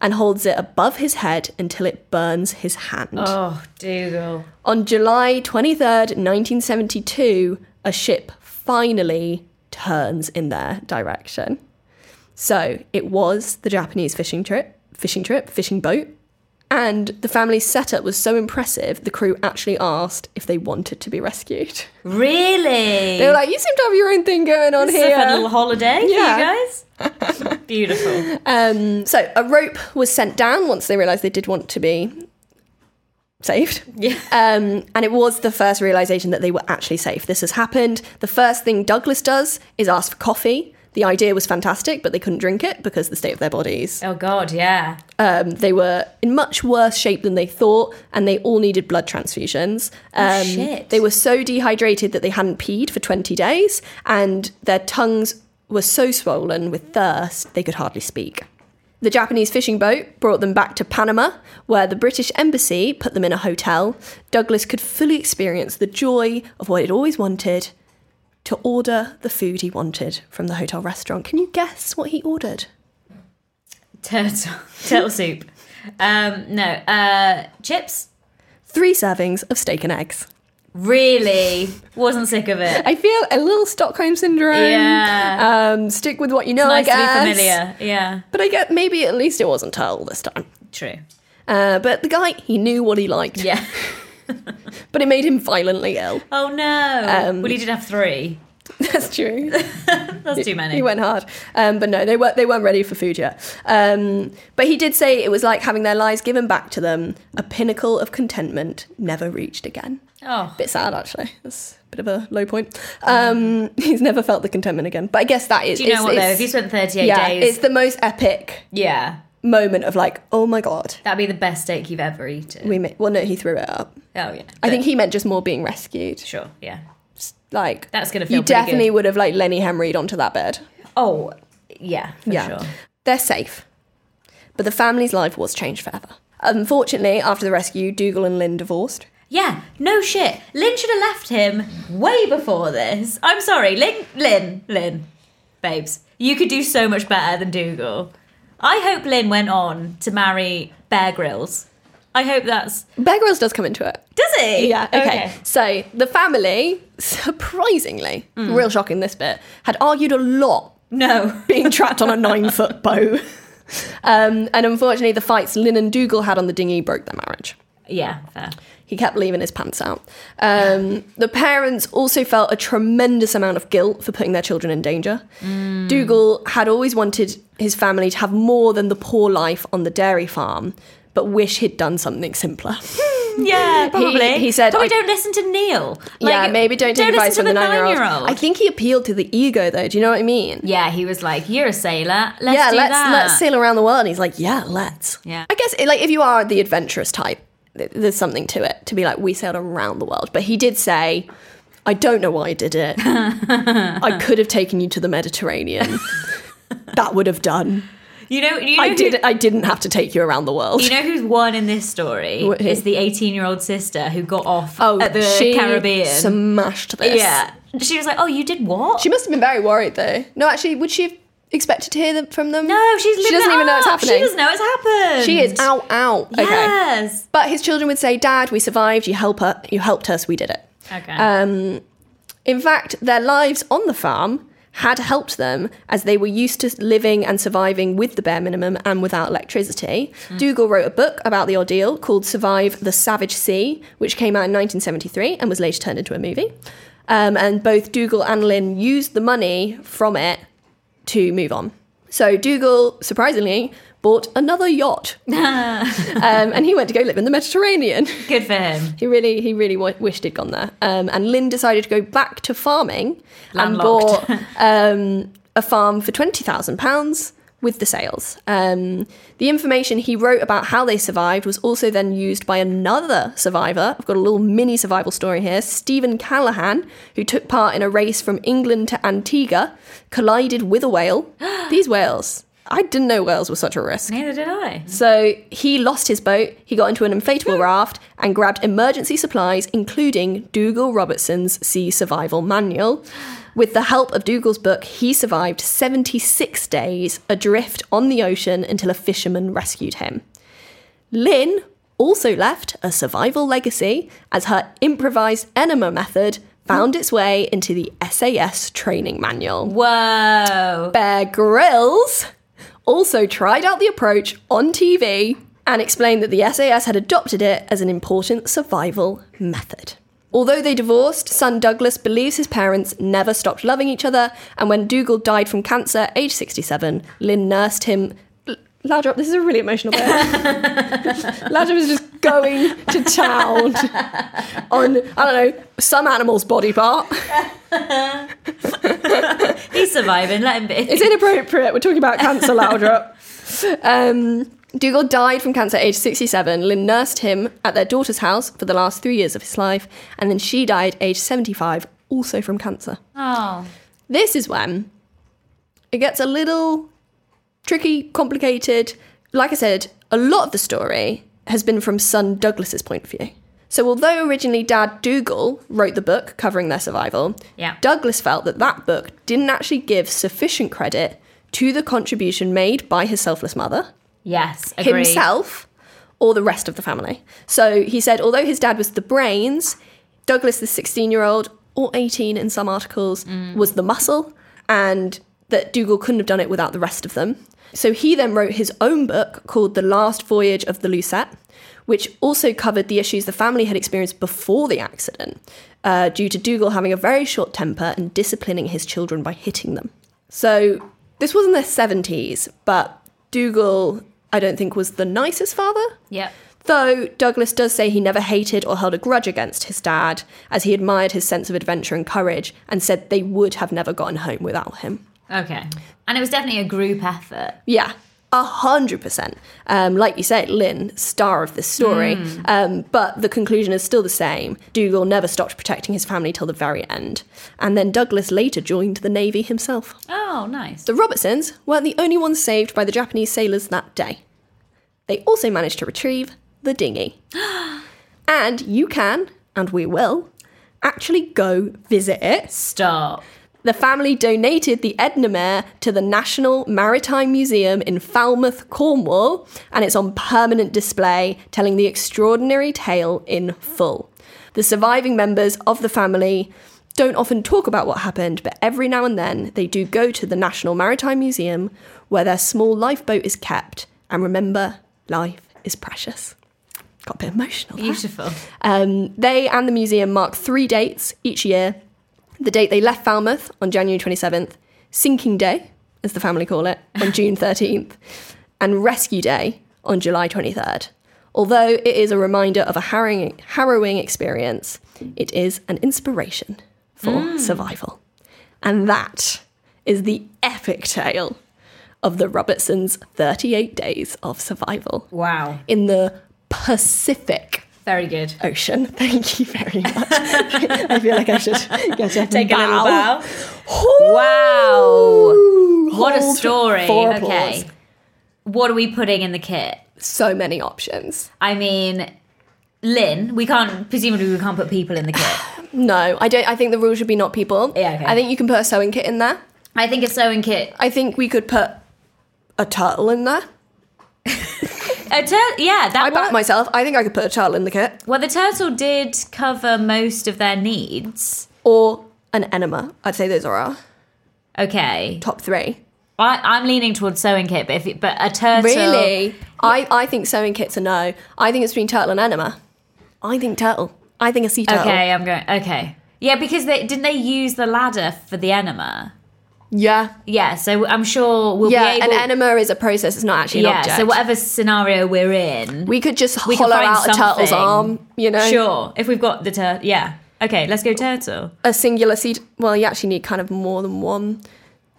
C: and holds it above his head until it burns his hand.
D: Oh, Dougal.
C: On July 23rd, 1972, a ship finally turns in their direction. So it was the Japanese fishing trip, fishing trip, fishing boat, And the family's setup was so impressive, the crew actually asked if they wanted to be rescued.
D: Really?
C: They were like, "You seem to have your own thing going on
D: This is a
C: here."
D: fun little holiday
C: Yeah.
D: for you guys. Beautiful.
C: Um, so a rope was sent down once they realised they did want to be saved. Yeah. Um, and it was the first realisation that they were actually safe. This has happened. The first thing Douglas does is ask for coffee. The idea was fantastic, but they couldn't drink it because the state of their bodies.
D: Oh God, yeah.
C: Um, they were in much worse shape than they thought, and they all needed blood transfusions. Um,
D: shit.
C: They were so dehydrated that they hadn't peed for 20 days, and their tongues were so swollen with thirst they could hardly speak. The Japanese fishing boat brought them back to Panama, where the British embassy put them in a hotel. Douglas could fully experience the joy of what he'd always wanted to order the food he wanted from the hotel restaurant. Can you guess what he ordered?
D: Turtle, turtle soup. Um, no, uh, chips.
C: Three servings of steak and eggs.
D: Really, wasn't sick of it.
C: I feel a little Stockholm syndrome.
D: Yeah.
C: Um, stick with what you know, I
D: nice
C: guess.
D: to be familiar. Yeah,
C: But I get maybe at least it wasn't Turtle this time.
D: true.
C: Uh, but the guy, he knew what he liked.
D: Yeah.
C: But it made him violently ill.
D: Oh no.
C: Um,
D: well, he did have three.
C: That's true.
D: That's too many.
C: He went hard. Um, but no, they weren't, they weren't ready for food yet. Um, but he did say it was like having their lives given back to them, a pinnacle of contentment never reached again.
D: oh,
C: Bit sad, actually. That's a bit of a low point. Um, he's never felt the contentment again. But I guess that is.
D: do you know
C: it's-
D: what though?
C: it's-
D: If you spent thirty-eight
C: yeah,
D: days,
C: it's the most epic
D: yeah,
C: moment of like, oh my god,
D: that'd be the best steak you've ever eaten.
C: we. Ma- well, no, he threw it up.
D: oh yeah.
C: I think he meant just more being rescued.
D: Sure. Yeah.
C: Like
D: That's gonna feel
C: you
D: pretty
C: definitely
D: good.
C: would have like Lenny Hamreed onto that bed.
D: Oh, yeah. For
C: Yeah.
D: sure.
C: They're safe. But the family's life was changed forever. Unfortunately, after the rescue, Dougal and Lynn divorced.
D: Yeah, no shit. Lynn should have left him way before this. I'm sorry, Lynn, Lynn, Lynn, babes. You could do so much better than Dougal. I hope Lynn went on to marry Bear Grylls. I hope that's
C: Bear Grylls does come into it.
D: does he?
C: Yeah, okay. So the family, surprisingly,
D: Mm.
C: real shock in this bit, had argued a lot
D: No.
C: being trapped on a nine foot boat. Um, and unfortunately, the fights Lynn and Dougal had on the dinghy broke their marriage.
D: Yeah, fair.
C: He kept leaving his pants out. Um, the parents also felt a tremendous amount of guilt for putting their children in danger.
D: Mm.
C: Dougal had always wanted his family to have more than the poor life on the dairy farm, but wish he'd done something simpler.
D: Yeah, probably.
C: he said,
D: probably
C: I-
D: don't listen to Neil.
C: yeah, maybe don't take advice
D: listen
C: from
D: to
C: the nine-year-old.
D: nine-year-old.
C: I think he appealed to the ego, though. Do you know what I mean?
D: yeah, he was like, "You're a sailor. Let's
C: yeah,
D: do
C: let's
D: that."
C: let's sail around the world. And he's like, yeah, let's.
D: Yeah.
C: I guess like if you are the adventurous type, th- there's something to it to be like we sailed around the world. But he did say, I don't know why I did it. I could have taken you to the Mediterranean. that would have done.
D: You know, you know
C: I
D: who-
C: did. I didn't have to take you around the world.
D: You know who's won in this story?
C: What, who?
D: It's the 18 year old sister who got off
C: oh,
D: at the
C: she
D: Caribbean.
C: smashed this.
D: yeah. She was like, oh, you did what?
C: She must have been very worried though. No, actually, would she have expected to hear them, from them?
D: no, she's living
C: She doesn't
D: it
C: even know it's
D: up.
C: happening.
D: She doesn't know it's happened.
C: She is out, out. Okay.
D: Yes.
C: But his children would say, "Dad, we survived. You help her. You helped us. We did it."
D: Okay.
C: Um, in fact, their lives on the farm had helped them as they were used to living and surviving with the bare minimum and without electricity. Dougal wrote a book about the ordeal called Survive the Savage Sea, which came out in 1973 and was later turned into a movie. Um, and both Dougal and Lynn used the money from it to move on. So Dougal, surprisingly, bought another yacht um, and he went to go live in the Mediterranean.
D: Good for him.
C: He really, he really w- wished he'd gone there. Um, and Lynn decided to go back to farming
D: Landlocked.
C: and bought um, a farm for twenty thousand pounds with the sales. Um, the information he wrote about how they survived was also then used by another survivor. I've got a little mini survival story here. Stephen Callahan, who took part in a race from England to Antigua, collided with a whale. These whales. I didn't know whales were such a risk.
D: Neither did I.
C: Mm-hmm. So he lost his boat, he got into an inflatable raft and grabbed emergency supplies, including Dougal Robertson's Sea Survival Manual. With the help of Dougal's book, he survived 76 days adrift on the ocean until a fisherman rescued him. Lynn also left a survival legacy as her improvised enema method found its way into the SAS training manual.
D: Whoa.
C: Bear Grylls also tried out the approach on TV and explained that the SAS had adopted it as an important survival method. Although they divorced, son Douglas believes his parents never stopped loving each other, and when Dougal died from cancer, age 67, Lynn nursed him. L- Laudrup, this is a really emotional bit. Laudrup is just going to town on, I don't know, some animal's body part.
D: He's surviving. Let him be.
C: It's inappropriate. We're talking about cancer, Laudrup. Um, Dougal died from cancer at age 67. Lynn nursed him at their daughter's house for the last three years of his life, and then she died age 75, also from cancer.
D: oh,
C: This is when it gets a little tricky, complicated. Like I said, a lot of the story has been from son Douglas's point of view. So, although originally Dad Dougal wrote the book covering their survival,
D: Yeah.
C: Douglas felt that that book didn't actually give sufficient credit to the contribution made by his selfless mother
D: yes. Agreed.
C: himself or the rest of the family. So he said, although his dad was the brains, Douglas, the 16 year old, or 18 in some articles, was the muscle, and that Dougal couldn't have done it without the rest of them. So he then wrote his own book called The Last Voyage of the Lucette, which also covered the issues the family had experienced before the accident, uh, due to Dougal having a very short temper and disciplining his children by hitting them. So this was in the 70s, but Dougal, I don't think, was the nicest father.
D: Yep.
C: Though Douglas does say he never hated or held a grudge against his dad, as he admired his sense of adventure and courage, and said they would have never gotten home without him.
D: Okay. And it was definitely a group effort.
C: Yeah, a hundred percent. Um, Like you said, Lynn, star of this story. Um, but the conclusion is still the same. Dougal never stopped protecting his family till the very end, and then Douglas later joined the navy himself.
D: Oh, nice.
C: The Robertsons weren't the only ones saved by the Japanese sailors that day. They also managed to retrieve the dinghy. and you can, and we will, actually go visit it.
D: Stop.
C: The family donated the Edna Mare to the National Maritime Museum in Falmouth, Cornwall, and it's on permanent display, telling the extraordinary tale in full. The surviving members of the family don't often talk about what happened, but every now and then they do go to the National Maritime Museum where their small lifeboat is kept. And remember, life is precious. Got a bit emotional. there.
D: Beautiful.
C: Um, they and the museum mark three dates each year the date they left Falmouth on January 27th, Sinking Day, as the family call it, on June 13th, and Rescue Day on July 23rd. Although it is a reminder of a harrowing, harrowing experience, it is an inspiration for survival. And that is the epic tale of the Robertsons' 38 days of survival
D: Wow.
C: in the Pacific
D: Very good.
C: ocean. Thank you very much. I feel like I should get up
D: Take a little bow.
C: Wow!
D: What a story. Okay. What are we putting in the kit?
C: So many options.
D: I mean, Lynn, we can't, presumably, we can't put people in the kit.
C: No, I don't. I think the rule should be not people.
D: Yeah, okay.
C: I think you can put a sewing kit in there.
D: I think a sewing kit.
C: I think we could put a turtle in there.
D: A tur- yeah, that
C: I back
D: one-
C: myself. I think I could put a turtle in the kit
D: Well, the turtle did cover most of their needs.
C: or an enema. I'd say those are our
D: Okay.
C: top three.
D: I, I'm leaning towards sewing kit, but, if it, but a turtle.
C: Really? I, I think sewing kit's a no. I think it's between turtle and enema. I think turtle. I think a sea turtle.
D: Okay, I'm going. Okay. Yeah, because they didn't they use the ladder for the enema?
C: Yeah.
D: Yeah, so I'm sure we'll
C: Yeah,
D: be able
C: an enema is a process, it's not actually an
D: Yeah,
C: object.
D: so whatever scenario we're in.
C: we could just
D: we can
C: hollow
D: find
C: out a turtle's
D: something.
C: arm, you know?
D: Sure. If we've got the turtle. Yeah. Okay, let's go turtle.
C: A singular sea well, you actually need kind of more than one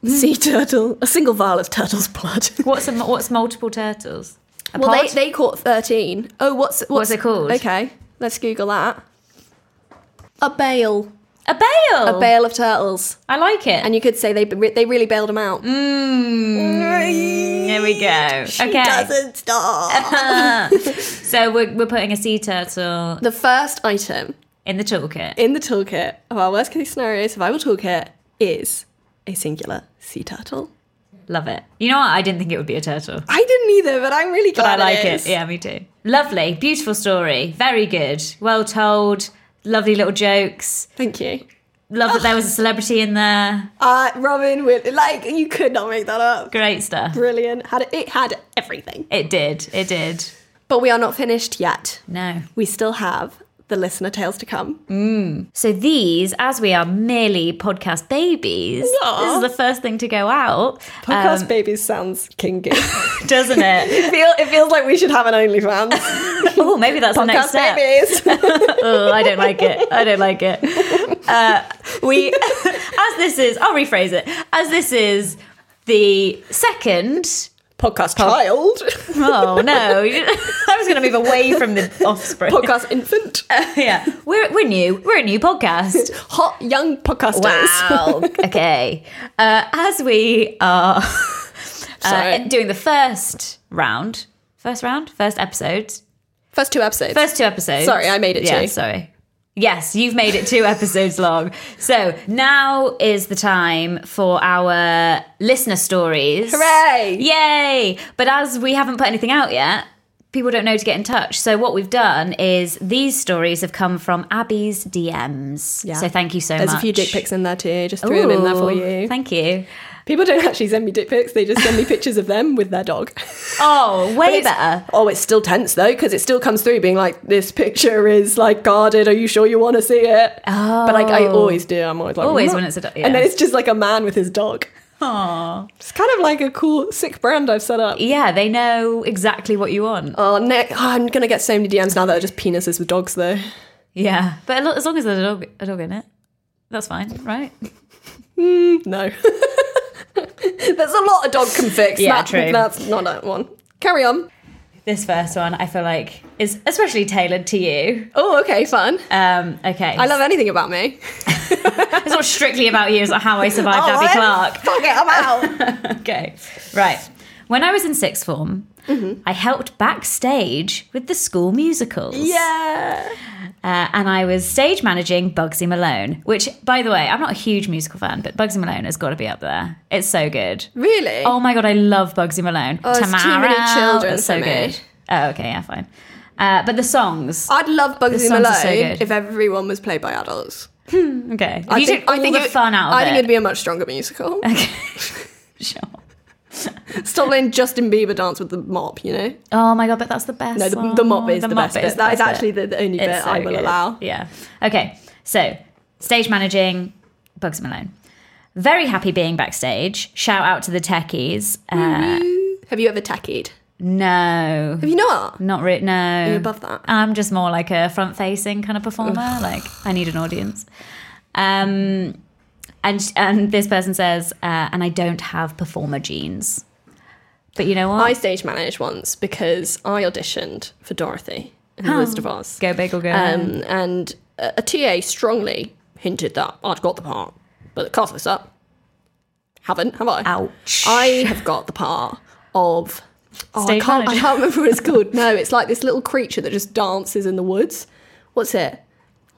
D: Hmm.
C: sea turtle. A single vial of turtle's blood.
D: What's a, what's multiple turtles? A
C: well they
D: pod?
C: they caught thirteen. Oh what's what's,
D: it called?
C: Okay. Let's Google that. A bale.
D: a bale.
C: A bale of turtles.
D: I like it.
C: And you could say they they really bailed them out.
D: Mm, there we go. okay.
C: Doesn't stop.
D: So we're, we're putting a sea turtle
C: The first item
D: in the toolkit.
C: in the toolkit of our worst case scenario survival toolkit is a singular sea turtle.
D: Love it. You know what? I didn't think it would be a turtle.
C: I didn't either, but I'm really
D: But I
C: glad
D: like it.
C: Oh, is.
D: Yeah, me too. Lovely. Beautiful story. Very good. Well told. Lovely little jokes.
C: Thank you.
D: Love that there was a celebrity in there.
C: Uh, Robin, Will- like you could not make that up.
D: Great stuff.
C: Brilliant. Had it, it had everything.
D: It did. It did.
C: But we are not finished yet.
D: No.
C: We still have the listener tales to come.
D: Um, So these, as we are merely podcast babies, this is the first thing to go out,
C: Podcast babies sounds kinky.
D: doesn't it?
C: Feel, it feels like we should have an OnlyFans.
D: oh, maybe that's the next
C: Podcast
D: step.
C: babies.
D: Ugh, I don't like it. I don't like it. Uh, we, as this is, I'll rephrase it. As this is the second.
C: Podcast child.
D: Oh no! I was going to move away from the offspring.
C: Podcast infant.
D: yeah, we're we're new. We're a new podcast.
C: Hot young podcasters.
D: Wow. okay. Uh, as we are uh,
C: Sorry.
D: doing the first round, first round, first episode,
C: First two episodes.
D: first two episodes.
C: Sorry, I made it
D: Yeah,
C: two.
D: sorry. Yes, you've made it two episodes long. So now is the time for our listener stories.
C: Hooray!
D: Yay! But as we haven't put anything out yet, people don't know to get in touch. So what we've done is these stories have come from Abby's DMs. So thank you so
C: There's
D: much.
C: a few dick pics in there too. Just threw them in there for
D: Ooh,
C: you.
D: Thank you.
C: People don't actually send me dick pics. They just send me pictures of them with their dog.
D: Oh, way
C: It's-
D: better.
C: Oh, it's still tense though because it still comes through being like, "This picture is like guarded. Are you sure you want to see it?" Oh. But like I always do. I'm always like,
D: Always
C: "Mm."
D: when it's a dog,
C: and then
D: yeah.
C: it's just like a man with his dog.
D: Aww.
C: It's kind of like a cool, sick brand I've set up.
D: Yeah, they know exactly what you want.
C: Oh, Nick, oh, I'm gonna get so many DMs now that are just penises with dogs though.
D: Yeah, but a lo- as long as there's a dog, a dog in it, that's fine, right?
C: No, there's a lot a dog can fix.
D: Yeah,
C: That-
D: true.
C: That's not that one. Carry on.
D: This first one, I feel like, is especially tailored to you.
C: Oh, okay, fun.
D: Um, okay,
C: I love anything about me.
D: It's not strictly about you. It's like how I survived Abby Clark.
C: Fuck it, I'm out.
D: Okay, right. When I was in sixth form, I helped backstage with the school musicals.
C: yeah.
D: Uh, and I was stage managing Bugsy Malone, which, by the way, I'm not a huge musical fan, but Bugsy Malone has got to be up there. It's so good.
C: Really?
D: Oh my god, I love Bugsy Malone.
C: Oh, it's too many children
D: That's so
C: for me.
D: good. Oh, okay, yeah, fine. Uh, but the songs,
C: I'd love Bugsy
D: songs are
C: Malone
D: so good.
C: if everyone was played by adults.
D: okay. If you took all the
C: it-
D: fun out of
C: I
D: it.
C: think it'd be a much stronger musical.
D: sure.
C: Stop letting Justin Bieber dance with the mop, you know?
D: Oh my god, but that's the best.
C: No, the-
D: one.
C: the mop is the best bit. That is
D: best
C: actually the- the only bit I will allow.
D: Yeah. Okay. So, stage managing, Bugs Malone. Very happy being backstage. Shout out to the techies. Uh,
C: Have you ever tackied?
D: no,
C: Have you not?
D: not really. No,
C: you above that?
D: I'm just more like a front-facing kind of performer. like I need an audience. Um, and and this person says, uh, and I don't have performer genes. But you know what?
C: I stage managed once because I auditioned for Dorothy in The Wizard of Oz.
D: go big or go home.
C: Um, and a, a TA strongly hinted that I'd got the part, but cast this up. Haven't, have I?
D: Ouch.
C: I have got the part of. Oh, I,
D: Stage
C: can't, I
D: manager.
C: can't remember what it's called. No, it's like this little creature that just dances in the woods. What's it?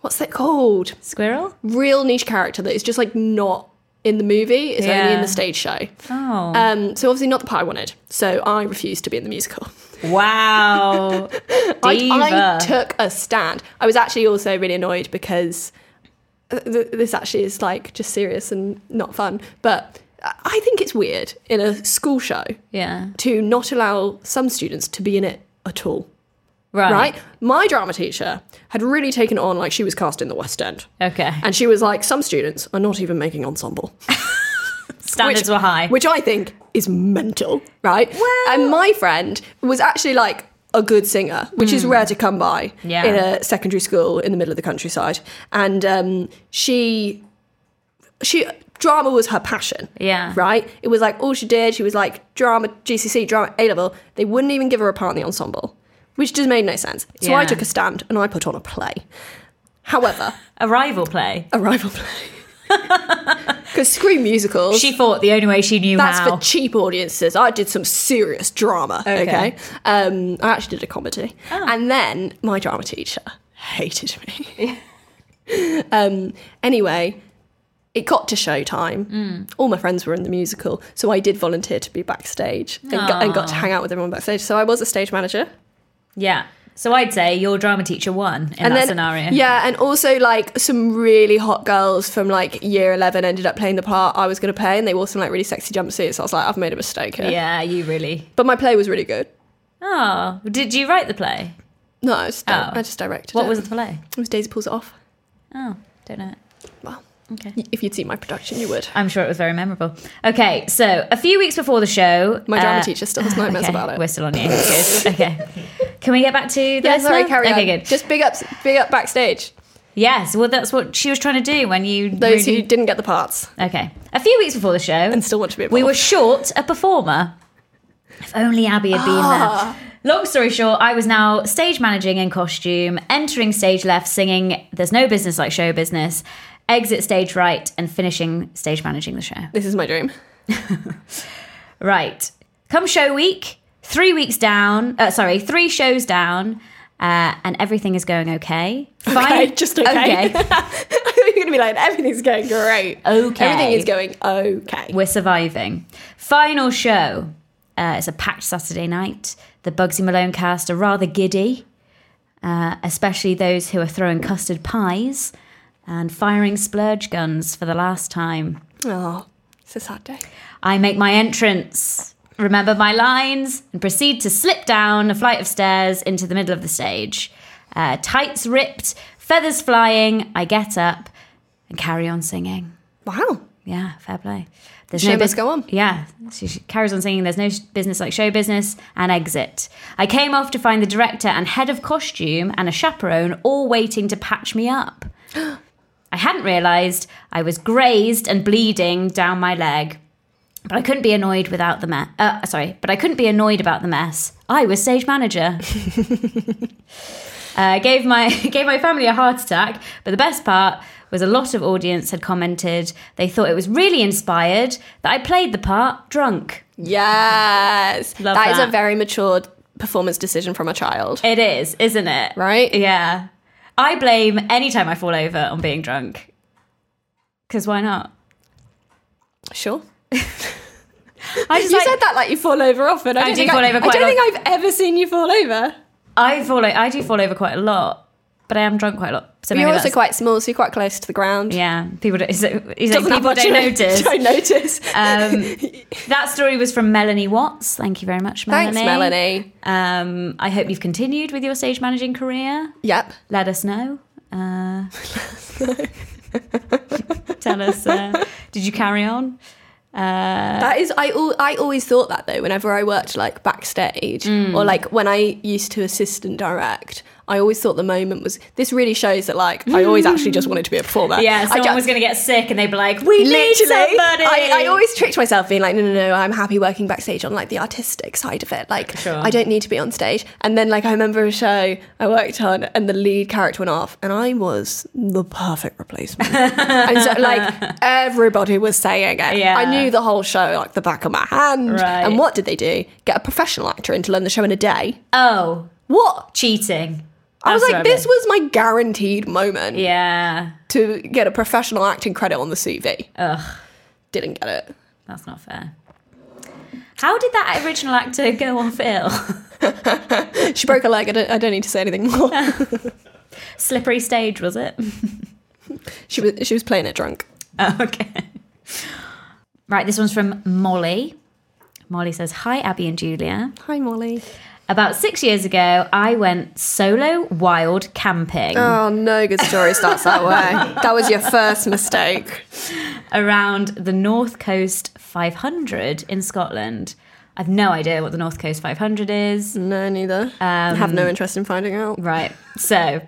C: What's that called?
D: Squirrel.
C: Real niche character that is just like not in the movie, it's only in
D: Yeah.
C: the stage show.
D: Oh.
C: Um, so obviously not the part I wanted. So I refused to be in the musical.
D: Wow.
C: I,
D: Diva.
C: I took a stand. I was actually also really annoyed because th- th- this actually is like just serious and not fun. But I- I think it's weird in a school show
D: yeah.
C: to not allow some students to be in it at all.
D: Right.
C: Right? My drama teacher had really taken it on like she was cast in the West End.
D: Okay.
C: And she was like, some students are not even making ensemble.
D: Standards were high.
C: Which I think is mental, right? and my friend was actually like a good singer, which is rare to come by
D: Hmm. Yeah.
C: in a secondary school in the middle of the countryside. And um, she, she drama was her passion.
D: Yeah.
C: Right? It was like all she did. She was like drama, GCC, drama, A level. They wouldn't even give her a part in the ensemble, which just made no sense. So I
D: Yeah.
C: took a stand and I put on a play. However,
D: a rival play.
C: a rival play. Because screw musicals.
D: She thought the only way she knew
C: That's
D: how.
C: for cheap audiences. I did some serious drama. Okay.
D: Okay. Oh.
C: Um, I actually did a comedy. And then my drama teacher hated me. um, anyway, it got to showtime.
D: Mm.
C: All my friends were in the musical. So I did volunteer to be backstage and, got, and got to hang out with everyone backstage. So I was a stage manager.
D: yeah. So I'd say your drama teacher won in that scenario.
C: Yeah, and also like some really hot girls from like year 11 ended up playing the part I was going to play and they wore some like really sexy jumpsuits. I was like, I've made a mistake here.
D: Yeah, you really.
C: But my play was really good.
D: Oh, did you write the play?
C: No, I just, di-
D: Oh.
C: I just directed
D: What
C: it.
D: was the play?
C: It was Daisy Pulls It Off.
D: Oh, don't know. it.
C: Well,
D: Okay.
C: y- if you'd seen my production, you would.
D: I'm sure it was very memorable. Okay, so a few weeks before the show,
C: My drama teacher still has nightmares
D: Uh, okay,
C: about it.
D: We're still on you. Good. okay. Can we get back to the
C: Yeah,
D: listener?
C: sorry, carry
D: okay,
C: on.
D: good.
C: Just big ups, big up backstage.
D: yes, well, that's what she was trying to do when you.
C: Those
D: really-
C: who didn't get the parts.
D: Okay. A few weeks before the show, and
C: still want to be
D: we
C: involved.
D: were short a performer. If only Abby had been
C: Ah.
D: there. Long story short, I was now stage managing in costume, entering stage left, singing "There's no business like show business," exit stage right, and finishing stage managing the show.
C: This is my dream.
D: Right. Come show week, three weeks down, uh, sorry, three shows down, uh, and everything is going okay.
C: Okay, just okay. You're going to be like, everything's going great.
D: Okay.
C: Everything is going okay.
D: We're surviving. Final show. Uh, it's a packed Saturday night. The Bugsy Malone cast are rather giddy, uh, especially those who are throwing custard pies and firing splurge guns for the last time.
C: Oh, it's a sad day.
D: I make my entrance, remember my lines, and proceed to slip down a flight of stairs into the middle of the stage. Uh, tights ripped, feathers flying, I get up and carry on singing.
C: Wow.
D: Yeah, fair play. There's
C: Show must go on.
D: Yeah, she, she carries on singing. There's no sh- business like show business and exit. I came off to find the director and head of costume and a chaperone all waiting to patch me up. I hadn't realised I was grazed and bleeding down my leg, but I couldn't be annoyed without the mess. Uh, sorry, but I couldn't be annoyed about the mess. I was stage manager. uh, gave my gave my family a heart attack. But the best part was a lot of audience had commented they thought it was really inspired that I played the part drunk.
C: Yes.
D: Love
C: that is a
D: that.
C: very matured performance decision from a child.
D: It is, isn't it?
C: Right?
D: Yeah. I blame any time I fall over on being drunk. Because why not?
C: Sure.
D: I just
C: You
D: like,
C: said that like you fall over often. I, don't
D: do
C: think
D: fall
C: I,
D: over
C: I
D: quite
C: don't
D: a lot.
C: think I've ever seen you fall over.
D: I fall. o- I do fall over quite a lot, but I am drunk quite a lot. So
C: But
D: maybe
C: you're also
D: that's-
C: quite small, so you're quite close to the ground.
D: Yeah, people don't. So, he's
C: Doesn't
D: like, people
C: that much
D: don't
C: you know-
D: notice.
C: Don't notice.
D: Um, that story was from Melanie Watts. Thank you very much, Melanie.
C: Thanks, Melanie.
D: Um, I hope you've continued with your stage managing career.
C: Yep.
D: Let us know. Uh, tell us, uh, did you carry on? Uh.
C: That is, I al- I always thought that though. Whenever I worked like backstage
D: Mm.
C: or like when I used to assistant direct, I always thought the moment was. This really shows that like I always actually just wanted to be a performer.
D: Yeah, someone
C: I ju-
D: was going to get sick, and they'd be like, "We need
C: Literally,
D: somebody."
C: I, I always tricked myself being like, no, no, no, I'm happy working backstage on like the artistic side of it. Like,
D: Sure.
C: I don't need to be on stage. And then, like, I remember a show I worked on and the lead character went off, and I was the perfect replacement. and so, like, everybody was saying it.
D: Yeah.
C: I knew the whole show, like, the back of my hand.
D: Right.
C: And what did they do? Get a professional actor in to learn the show in a day.
D: oh,
C: What?
D: cheating.
C: I was
D: That's
C: like,
D: what I
C: this was my guaranteed moment
D: Yeah,
C: to get a professional acting credit on the CV.
D: Ugh.
C: Didn't get it.
D: that's not fair. How did that original actor go off ill?
C: She broke her leg. I don't, I don't need to say anything more.
D: Slippery stage, was it?
C: She was she was playing it drunk.
D: Oh, okay. Right, this one's from Molly. Molly says, Hi, Abby and Julia.
C: Hi Molly.
D: About six years ago, I went solo wild camping
C: Oh no, good story starts that way. That was your first mistake.
D: around the North Coast 500 in Scotland. I've no idea what the North Coast 500 is.
C: No, neither. I have no interest in finding out.
D: Right. So,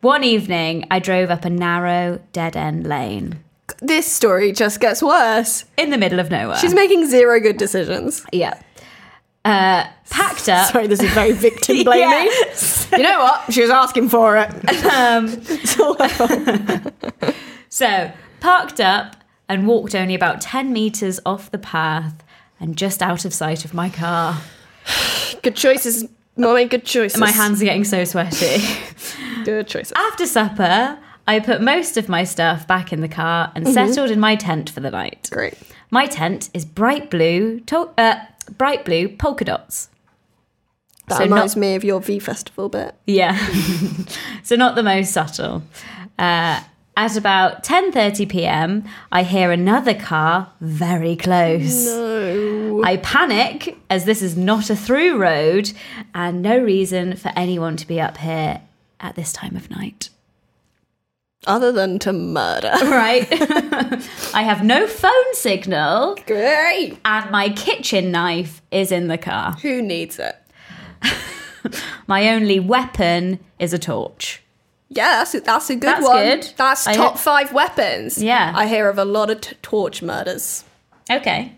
D: one evening, I drove up a narrow, dead end lane
C: This story just gets worse.
D: in the middle of nowhere.
C: She's making zero good decisions.
D: yeah. Uh, packed up.
C: Sorry, this is very victim blaming. You know what? She was asking for it. It's all her fault.
D: So, parked up and walked only about 10 metres off the path and just out of sight of my car.
C: good choices, Molly. Good choices.
D: My hands are getting so sweaty.
C: Good choices.
D: After supper, I put most of my stuff back in the car and
C: Mm-hmm.
D: settled in my tent for the night.
C: Great.
D: My tent is bright blue, to- uh, bright blue polka dots.
C: That
D: So
C: reminds
D: not-
C: me of your V festival bit.
D: Yeah. so not the most subtle. Uh, at about 10:30 p.m., I hear another car very close. No. I panic as this is not a through road and no reason for anyone to be up here at this time of night.
C: Other than to murder.
D: Right? I have no phone signal
C: Great.
D: and my kitchen knife is in the car.
C: Who needs it?
D: My only weapon is a torch.
C: Yeah, that's a, that's a good
D: That's
C: one.
D: good.
C: That's
D: I
C: top
D: hear-
C: five weapons.
D: Yeah.
C: I hear of a lot of t- torch murders.
D: Okay.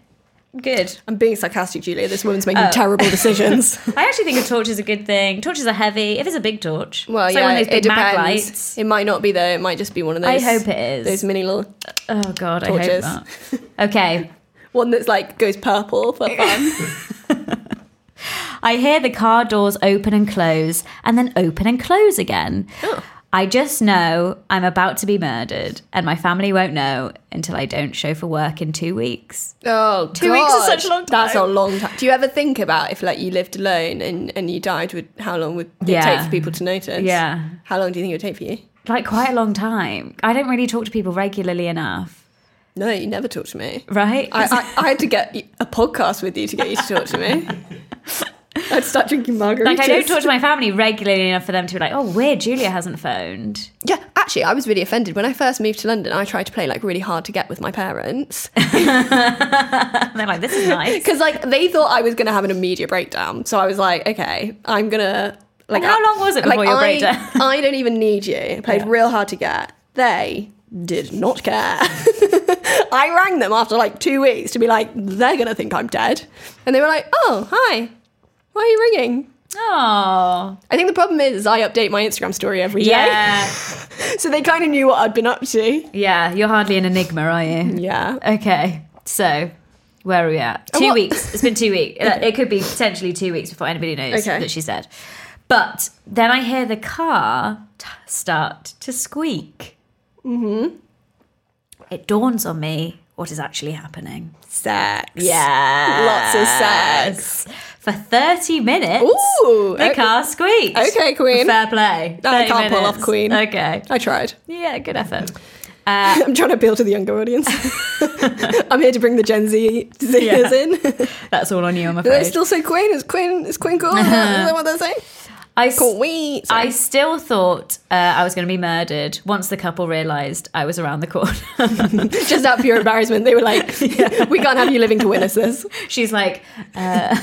D: Good.
C: I'm being sarcastic, Julia. This woman's making terrible decisions.
D: I actually think a torch is a good thing. Torches are heavy. If it's a big torch,
C: well,
D: it's
C: yeah,
D: like one of those
C: it
D: big mag
C: depends.
D: lights.
C: It might not be though. It might just be one of those.
D: I hope it is.
C: Those mini little
D: Oh god,
C: Torches.
D: I hope not. Okay.
C: one that's like goes purple for fun.
D: I hear the car doors open and close and then open and close again.
C: Oh.
D: I just know I'm about to be murdered and my family won't know until I don't show for work in 2 weeks.
C: oh,
D: Two weeks is such a long
C: That's a
D: time.
C: long time. Do you ever think about if like you lived alone and and you died? Would how long would it
D: Yeah.
C: take for people to notice?
D: Yeah.
C: How long do you think it would take for you?
D: Like quite a long time. I don't really talk to people regularly enough,
C: No, you never talk to me.
D: right?
C: I, I, I had to get y- a podcast with you to get you to talk to me. I'd start drinking margaritas.
D: like I don't talk to my family regularly enough for them to be like, "Oh, weird, Julia hasn't phoned."
C: Yeah, actually, I was really offended when I first moved to London. I tried to play like really hard to get with my parents
D: And they're like, "This is nice."
C: because like they thought I was going to have an immediate breakdown. So I was like, okay, I'm gonna like.
D: And how long was it before your
C: I,
D: breakdown?
C: I don't even need you. I played real hard to get. They did not care. I rang them after like two weeks to be like, they're gonna think I'm dead, and they were like, oh hi, why are you ringing?
D: Oh,
C: I think the problem is, is I update my Instagram story every day,
D: yeah,
C: so they kind of knew what I'd been up to.
D: yeah. You're hardly an enigma, are you?
C: Yeah.
D: Okay, so where are we at? Two
C: what-
D: weeks. It's been two weeks. It could be potentially two weeks before anybody knows
C: Okay.
D: that she's dead. But then I hear the car t- start to squeak. Mm-hmm. It dawns on me what is actually happening.
C: Sex.
D: Yeah.
C: Lots of sex.
D: For 30 minutes,
C: Ooh,
D: the
C: okay.
D: car squeaked.
C: Okay, Queen.
D: Fair play.
C: I
D: 30
C: can't pull off
D: minutes.
C: Queen.
D: Okay.
C: I tried.
D: Yeah, good effort. Uh,
C: I'm trying to appeal to the younger audience. I'm here to bring the Gen Z Zers
D: Yeah.
C: in.
D: That's all on you, I'm
C: They're
D: afraid.
C: still so Queen. It's Queen. It's Queen cool. Is that what they're saying?
D: I, s-
C: Queen. Sorry.
D: I still thought uh, I was going to be murdered once the couple realised I was around the corner.
C: Just out of pure embarrassment, they were like, "We can't have you living to witness this."
D: She's like uh,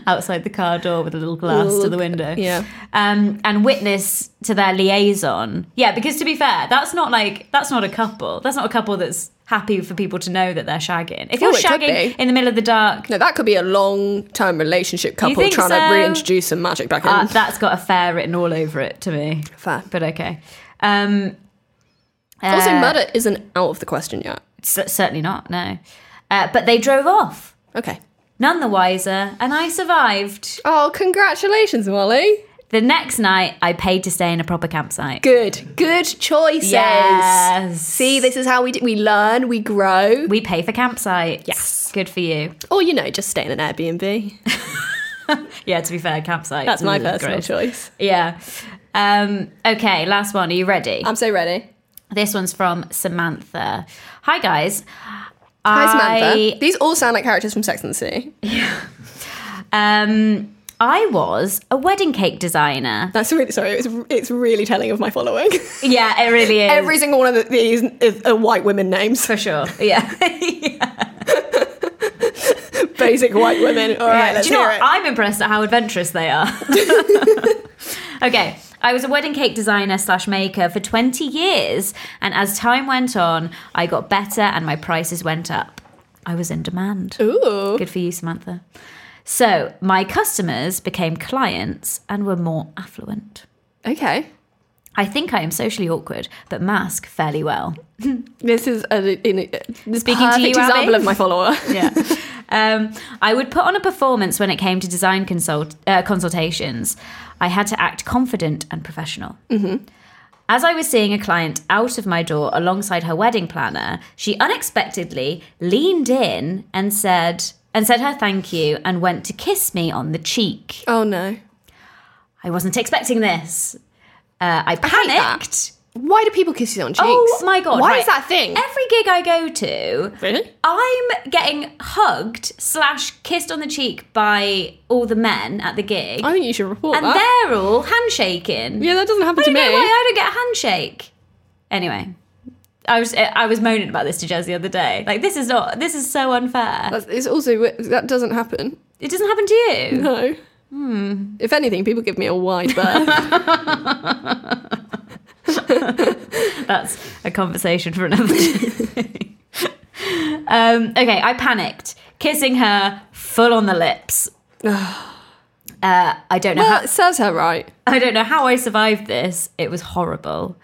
D: outside the car door with a little glass to the window.
C: yeah.
D: Um, and witness to their liaison. Yeah, because to be fair, that's not like that's not a couple. That's not a couple that's happy for people to know that they're shagging. If you're
C: Oh, it could
D: shagging
C: be.
D: in the middle of the dark,
C: No, that could be a long-term relationship couple
D: think
C: trying
D: so?
C: to reintroduce some magic back in.
D: uh, that's got a fair written all over it to me.
C: Fair.
D: But okay. Um,
C: also,
D: uh,
C: murder isn't out of the question yet.
D: c- certainly not, no. Uh, but they drove off.
C: Okay.
D: None the wiser, and I survived.
C: Oh, congratulations, Molly.
D: The next night, I paid to stay in a proper campsite.
C: Good, good choices.
D: Yes.
C: See, this is how we do. We learn, we grow,
D: We pay for campsites. Yes. Good for you.
C: or you know, just stay in an Airbnb.
D: Yeah, to be fair, campsites.
C: That's my
D: Ugh,
C: personal
D: gross.
C: choice.
D: Yeah. Um, okay, last one. Are you ready?
C: I'm so ready.
D: this one's from Samantha. Hi, guys.
C: Hi,
D: I-
C: Samantha. These all sound like characters from Sex and the City.
D: Um, I was a wedding cake designer.
C: That's really sorry. It's it's really telling of my following.
D: Yeah, it really is.
C: Every single one of the- these is, are white women names. For sure.
D: yeah.
C: Basic white women. All right,
D: Yeah.
C: let's
D: Uh, Do you know
C: hear
D: what?
C: it.
D: I'm impressed at how adventurous they are. okay. I was a wedding cake designer slash maker for 20 years, and as time went on, I got better and my prices went up. I was in demand.
C: Ooh.
D: Good for you, Samantha. So my customers became clients and were more affluent.
C: Okay.
D: I think I am socially awkward, but mask fairly well.
C: This is a, in a, uh, this
D: Speaking to
C: perfect
D: you, Abby.
C: example of my follower.
D: yeah. Um, I would put on a performance when it came to design consult- uh, consultations. I had to act confident and professional.
C: Mm-hmm.
D: As I was seeing a client out of my door alongside her wedding planner, she unexpectedly leaned in and said, and said her thank you and went to kiss me on the cheek.
C: Oh no.
D: I wasn't expecting this. Uh, I panicked
C: Why do people kiss you on cheeks?
D: Oh my god!
C: Why
D: right.
C: is that a thing?
D: Every gig I go to,
C: Really?
D: I'm getting hugged slash kissed on the cheek by all the men at the gig,
E: I think you should report
D: and
E: that.
D: they're all handshaking.
E: Yeah, that doesn't happen
D: I
E: to
D: don't
E: me.
D: know why I don't get a handshake. Anyway, I was I was moaning about this to Jez the other day. Like this is not this is so unfair.
C: That's, it's also that doesn't happen.
D: It doesn't happen to you.
C: No. Hmm. If anything, people give me a wide berth.
D: That's a conversation for another day. um, okay, I panicked, kissing her full on the lips. uh, I don't know. How,
C: that serves her right.
D: I don't know how I survived this. It was horrible.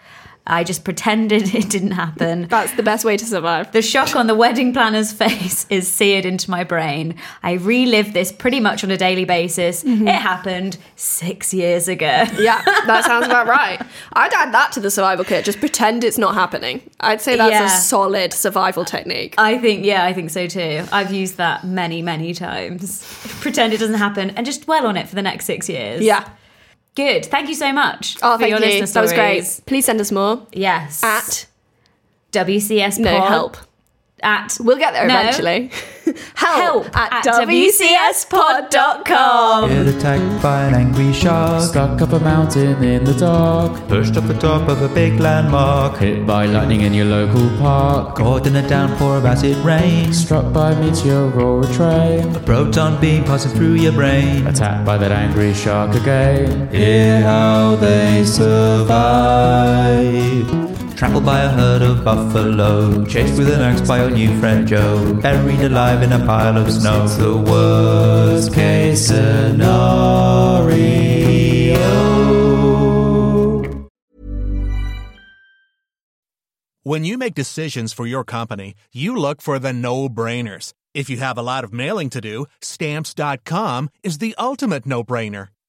D: I just pretended it didn't happen.
C: That's the best way to survive.
D: The shock on the wedding planner's face is seared into my brain. I relive this pretty much on a daily basis.
C: Mm-hmm.
D: It happened six years ago.
C: Yeah, that sounds about right. I'd add that to the survival kit. Just pretend it's not happening. I'd say that's
D: Yeah.
C: a solid survival technique.
D: I think, yeah, I think so too. I've used that many, many times. Pretend it doesn't happen and just dwell on it for the next six years.
C: Yeah.
D: Good. Thank you so much
C: Oh,
D: for
C: thank
D: your
C: you.
D: listener
C: That was
D: stories.
C: great. Please send us more
D: Yes.
C: at
D: WCS
C: no
D: Pod.
C: help.
D: At
C: We'll get there
D: No.
C: eventually. help,
D: help at WCSpod.com.
A: Get attacked by an angry shark.
B: Stuck up a mountain in the dark.
A: Pushed off the top of a big landmark.
B: Hit by lightning in your local park.
A: Caught in a downpour of acid rain.
B: Struck by meteor or a train.
A: A proton beam passing through your brain.
B: Attacked by that angry shark again.
A: Hear how they survive. Trampled by a herd of buffalo. Chased with an axe by your new friend Joe. Buried alive in a pile of snow. It's the worst case scenario.
F: When you make decisions for your company, you look for the no brainers. If you have a lot of mailing to do, stamps.com is the ultimate no brainer.